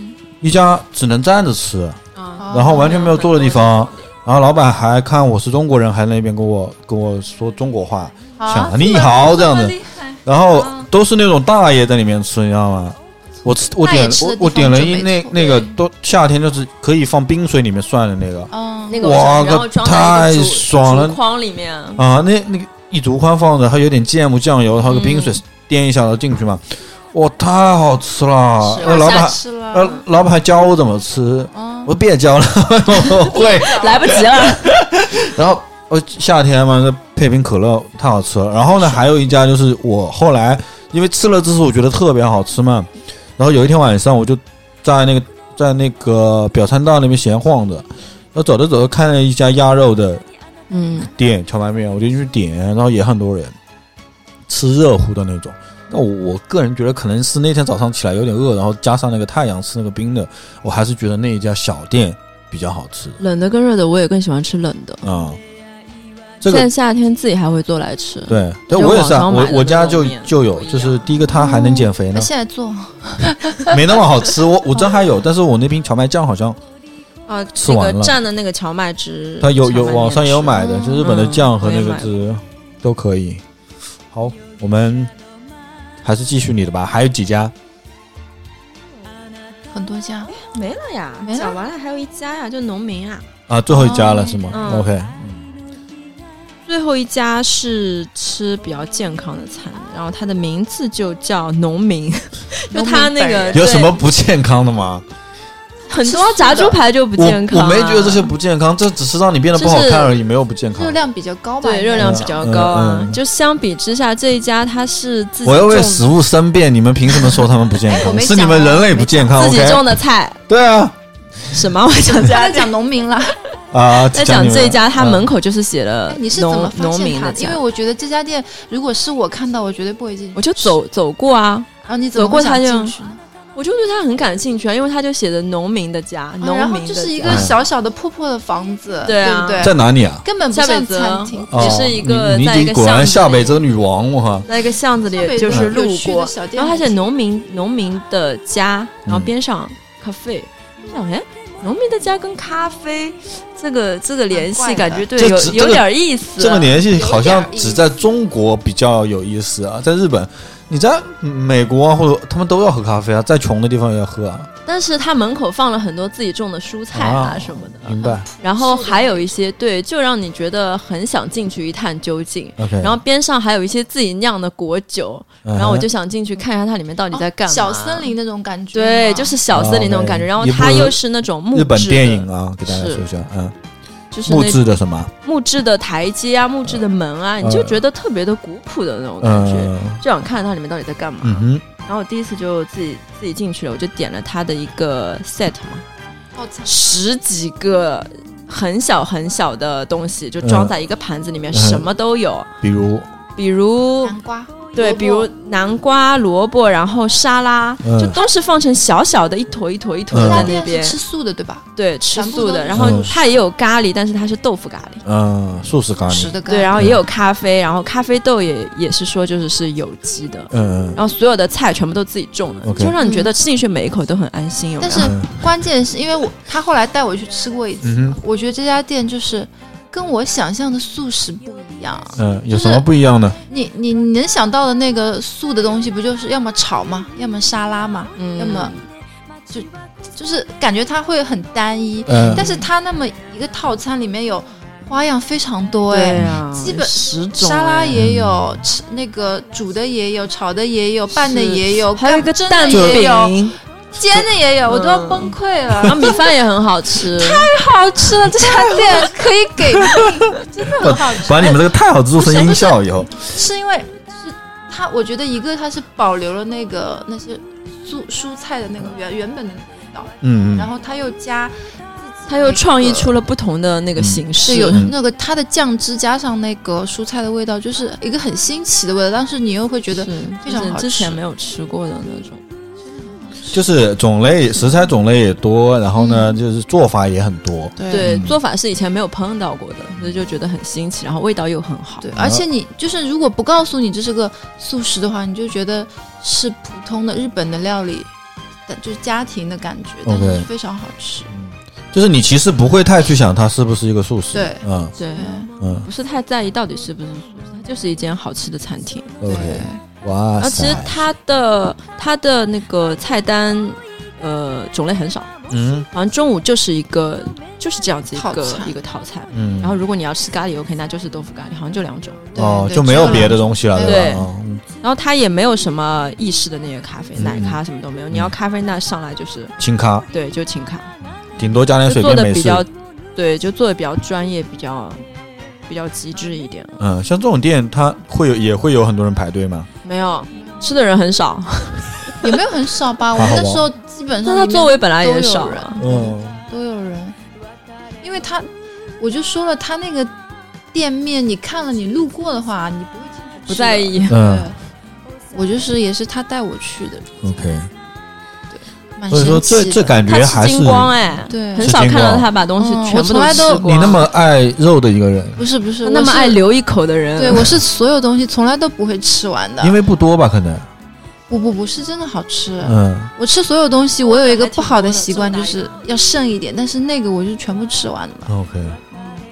一家只能站着吃，啊、然后完全没有坐的地方。然后老板还看我是中国人，还在那边跟我跟我说中国话，想你好这样子，然后啊都是那种大爷在里面吃，你知道吗？我吃我哦大爷点吃的我地方我点了就没一那错那个都夏天就是可以放冰水里面涮的那个 嗯，那个哇我知道然后装在一个太竹爽了竹筐里面， 啊，那那个一竹筐放着，还有点芥末酱油，还有个冰嗯水颠一下然后进去嘛，哇，太好吃是了！呃老板还吃了，呃老板还教我怎么吃，嗯我说别教了， 我不会。来不及了。然后呃夏天嘛，那配瓶可乐太好吃了。然后呢，还有一家就是我后来因为吃了之后，我觉得特别好吃嘛。然后有一天晚上，我就在那个在那个表参道那边闲晃着，然后走着走着看了一家鸭肉的嗯，店荞麦面，我就去点，然乎也很多人，吃热乎的那种。那我我个人觉得可能是那天早上起来有点饿，然后加上那个太阳吃那个冰的，我还是觉得那一家小店比较好吃冷的跟热的我也更喜欢吃冷的。啊、这个现在夏天自己还会做来吃。对，对就我也是啊，网上买我的我家那种就面就有不一，样就是第一个它还能减肥那 呢，现在做没那么好吃。我我真还有，但是我那瓶荞麦酱好像啊，吃那完个了蘸的那个荞麦汁，它有荞有麦网面上也有吃买的，就日本的嗯酱和我也那个买了汁都可以。好，我们还是继续你的吧，还有几家很多家，没了呀，没了讲完了还有一家呀，就农民啊。啊，最后一家了是吗嗯？OK，最后一家是吃比较健康的餐，然后它的名字就叫 农民，就它那个有对什么不健康的吗？很多炸猪排就不我健康我啊、没觉得这些不健康，这只是让你变得不好就是看而已，没有不健康热。量比较高吧？对热量比较高啊。嗯嗯嗯就相比之下，这一家它是自己我要为种食物申辩，你们凭什么说他们不健 哎我康？没是你讲们啊人类不没健康自己，OK？种的菜，对啊，什么？我想 他 家在讲农民啦，啊，在你讲们这一家，它嗯门口就是写了哎你是怎么农发农现民他的的？因家为。我觉得这家店，如果是我看到，我绝对不会进去。我就，走走过啊，然后你怎么会想进去呢？我就对它很感兴趣啊，因为它就写的农民的家，啊农然后民就的是一家个小小的破破的房子，对啊不对？在哪里啊？根本不下北像泽餐厅。哦也是一个你你在已一经个果然下巷子北里泽女王我哈，在一个巷子里下北就泽是有路趣的过小，店然后它写子农民农民的家，然后嗯边上咖啡，我想哎。农民的家跟咖啡这个这个联系，怪的感觉对这有只有这个点意思。这个联系好像有点意思只在中国比较有意思啊，在日本，你在美国啊，或者他们都要喝咖啡啊，在穷的地方也要喝啊，但是它门口放了很多自己种的蔬菜啊啊什么的，明白然后还有一些对，就让你觉得很想进去一探究竟。 ？OK，嗯然后边上还有一些自己酿的果酒，嗯哼然后我就想进去看一下它里面到底在干嘛。哦小森林那种感觉吗，对，就是小森林那种感觉。哦然后一部它又是那种木日本质的电影啊，给大家是说一下，嗯，就是木那质的什么？木质的台阶啊，木质的门啊，你就觉得特别的古朴的那种感觉，嗯就想看它里面到底在干嘛。嗯哼，然后我第一次就自己自己进去了，我就点了它的一个 set 嘛，套餐十几个很小很小的东西，就装在一个盘子里面，嗯什么都有，比如比如南瓜，对，萝卜比如南瓜、萝卜，然后沙拉，嗯就都是放成小小的一坨一坨一嗯坨这的家在那店边是。吃素的对吧？对，吃全部素都的，是然后嗯它也有咖喱，但是它是豆腐咖喱。嗯，素食咖吃喱，的干对，然后嗯也有咖啡，然后咖啡豆也也是说就是是有机的，嗯然后所有的菜全部都自己种的， OK 就让你觉得吃进去每一口都很安心。有没嗯但有是关键是因为我他后来带我去吃过一次，嗯我觉得这家店就是跟我想象的素食不一样。嗯，有就是什么不一样呢？你你你能想到的那个素的东西，不就是要么炒嘛，要么沙拉嘛，嗯要么就是感觉它会很单一。嗯但是它那么一个套餐里面有花样非常多对哎，啊，基本十种沙拉哎也有，吃那个煮的也有，炒的也有，拌的是也有，还有一个蒸蛋的也有，饼，煎的也有，我都要嗯崩溃了然。后米饭也很好 吃，好吃啊了，这 家店可以给命，真的很好吃。把你们这个太好制作不是成音不是效以后，是因为是它，我觉得一个它是保留了那个那些蔬蔬菜的那个原原本的那个味道，嗯然嗯，后它又加它又创意出了不同的那个形是式。有嗯那个它的酱汁加上那个蔬菜的味道，就是一个很新奇的味道，但是你又会觉觉得得非非常常好吃之前没有吃过的那种，就是种类食材种类也多，然后呢，就是做法也很多，对，嗯做法是以前没有碰到过的，所以就觉得很新奇，然后味道又很好。对，而且你就是如果不告诉你这是个素食的话，你就觉得是普通的日本的料理，但就是家庭的感觉，但是 OK 非常好吃。就是你其实不会太去想它是不是一个素食，对嗯对，嗯不是太在意到底是不是素食，它就是一间好吃的餐厅。嗯，OK，哇然后其塞实，它的它的那个菜单，呃，种类很少，嗯好像中午就是一个就是这样子一套个餐一个套餐。嗯，然后如果你要吃咖喱，OK，那就是豆腐咖喱，好像就两种。对哦对就没有别的这个东西了，对吧？哦嗯然后它也没有什么意式的那个咖啡，嗯奶咖什么都没有。你要咖啡，那上来就是清咖，对，就请咖，顶多加点就水做变的美比式。较，对，就做的比较专业，比较比较极致一点。嗯，像这种店，它会有也会有很多人排队嘛。没有吃的人很少，也没有很少吧？我还好们吧那时候基本 上但它里面座位本来也少都有人啊。嗯，都有人，因为他我就说了，他那个店面你看了，你路过的话，你不会进去吃的不在。意。对嗯，我就是也是他带我去的， ，OK。蛮所以说神奇这的。这感他觉吃还是精光哎，对很少看到他把东西嗯全部我从来吃都过。你那么爱肉的一个人，不是不是那么我是爱留一口的人，对 我是所有东西从来都不会吃完的嗯因。为不多吧？可能，不不不是真的好吃，嗯，我吃所有东西，我有一个不好的习惯，就是要剩一点，但是那个我就全部吃完了， OK，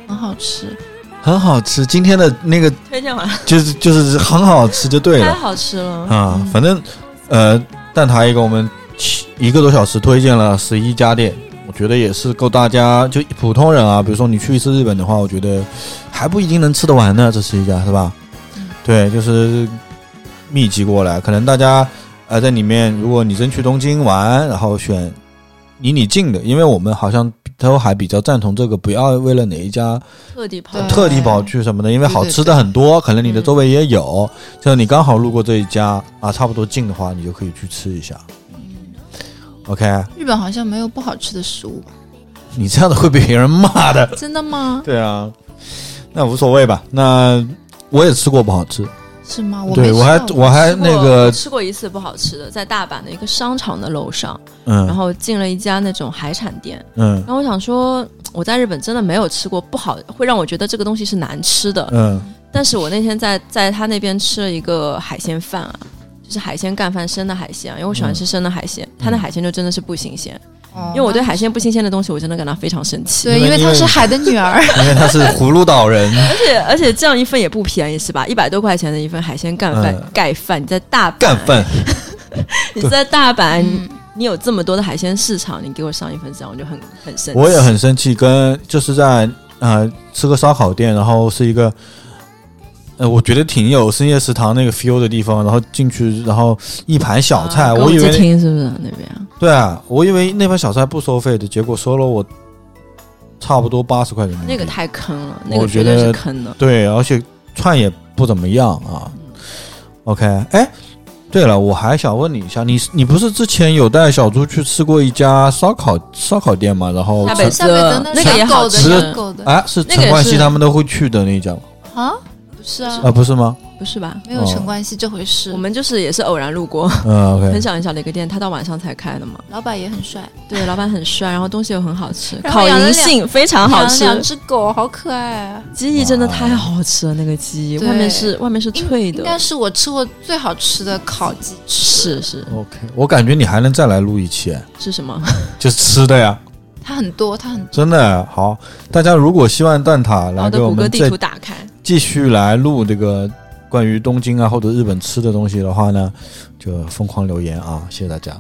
很好吃。很好吃。今天的那个推荐完了，就是就是很好吃就对太了好吃了。啊。反正呃，蛋挞也给我们七一个多小时推荐了十一家店，我觉得也是够大家就普通人啊，比如说你去一次日本的话，我觉得还不一定能吃得完呢。这十一家是吧？对，就是密集过来，可能大家呃在里面，如果你真去东京玩，然后选离你近的，因为我们好像都还比较赞同这个，不要为了哪一家特地跑对特地跑去什么的，因为好吃的很多，可能你的周围也有，嗯就是你刚好路过这一家啊，差不多近的话，你就可以去吃一下。OK，日本好像没有不好吃的食物吧？你这样子会被别人骂的。真的吗？对啊，那无所谓吧。那我也吃过不好吃，是吗？我没对吃我还到过我还那个吃过一次不好吃的，在大阪的一个商场的楼上，然嗯后进了一家那种海产店，嗯然后我想说我在日本真的没有吃过不好，会让我觉得这个东西是难吃的。嗯但是我那天在在他那边吃了一个海鲜饭啊，就是海鲜干饭，生的海鲜啊，因为我嗯喜欢吃生的海鲜，他那海鲜就真的是不新鲜，哦因为我对海鲜不新鲜的东西，我真的感到非常生气。对，因为因为因她为是海的女儿，因为他是葫芦岛人，而且而且这样一份也不便宜是吧？一百多块钱的一份海鲜干饭、嗯盖饭，你在大阪干饭。你在大嗯阪、你你有这么多的海鲜市场，你给我上一份这样，我就很很生气。我也很生气，跟就是在呃吃个烧烤店，然后是一个呃我觉得挺有深夜食堂那个 feel 的地方，然后进去，然后一盘小菜，啊我以歌舞伎为厅是不是那边啊？对啊，我以为那盘小菜不收费的，结果收了我差不多八十块钱人民币。嗯那个太坑了，那我个觉绝得对是坑的。对，而且串也不怎么样啊。OK，哎，对了，我还想问你一下，你你不是之前有带小猪去吃过一家烧烤烧烤店吗？然后下北下辈子泽那那个也狗好嗯的吃养狗的啊，是那陈个也冠希是嗯他们都会去的那一家吗？啊，不是啊，啊，不哦是吗？不是吧？没有陈冠希这回事。我们就是也是偶然路过，嗯，OK，很小很小的一个店，它到晚上才开的嘛。老板也很帅，对，老板很帅，然后东西又很好吃，然后烤养了银两杏非常啊好养了吃，两只狗好可爱啊！鸡翼真的太好吃了，那个鸡翼对外面是外面是脆应该的，是我吃过最好吃的烤鸡翅，是是 OK，我感觉你还能再来录一期，哎是什么？就是吃的呀，它很多，它很真的好。大家如果希望蛋挞我来给的我谷歌们地再图打开，继续来录这个关于东京啊或者日本吃的东西的话呢，就疯狂留言啊，谢谢大家，。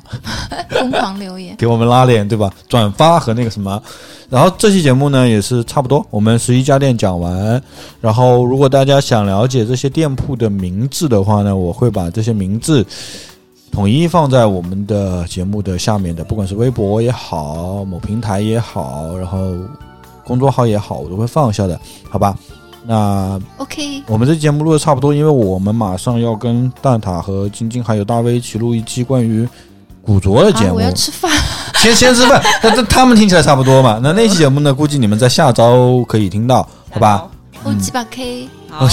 疯狂留言给我们拉脸对吧？转发和那个什么，然后这期节目呢也是差不多，我们十一家店讲完，然后如果大家想了解这些店铺的名字的话呢，我会把这些名字。统一放在我们的节目的下面的，不管是微博也好，某平台也好，然后公众号也好，我都会放下的，好吧？那 OK，我们这期节目录的差不多，因为我们马上要跟蛋挞和晶晶还有大威一起录一期关于古着的节啊，目。我要吃饭。先先吃饭，那这他们听起来差不多嘛。那那期节目呢，估计你们在下周可以听到，好吧？欧几把 K 好？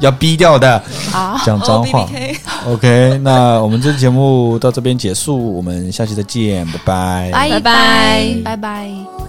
要逼掉的，啊，讲脏话。 ，BBK， OK，那我们这期 节目到这边结束，我们下期再见，拜拜。拜拜拜拜拜。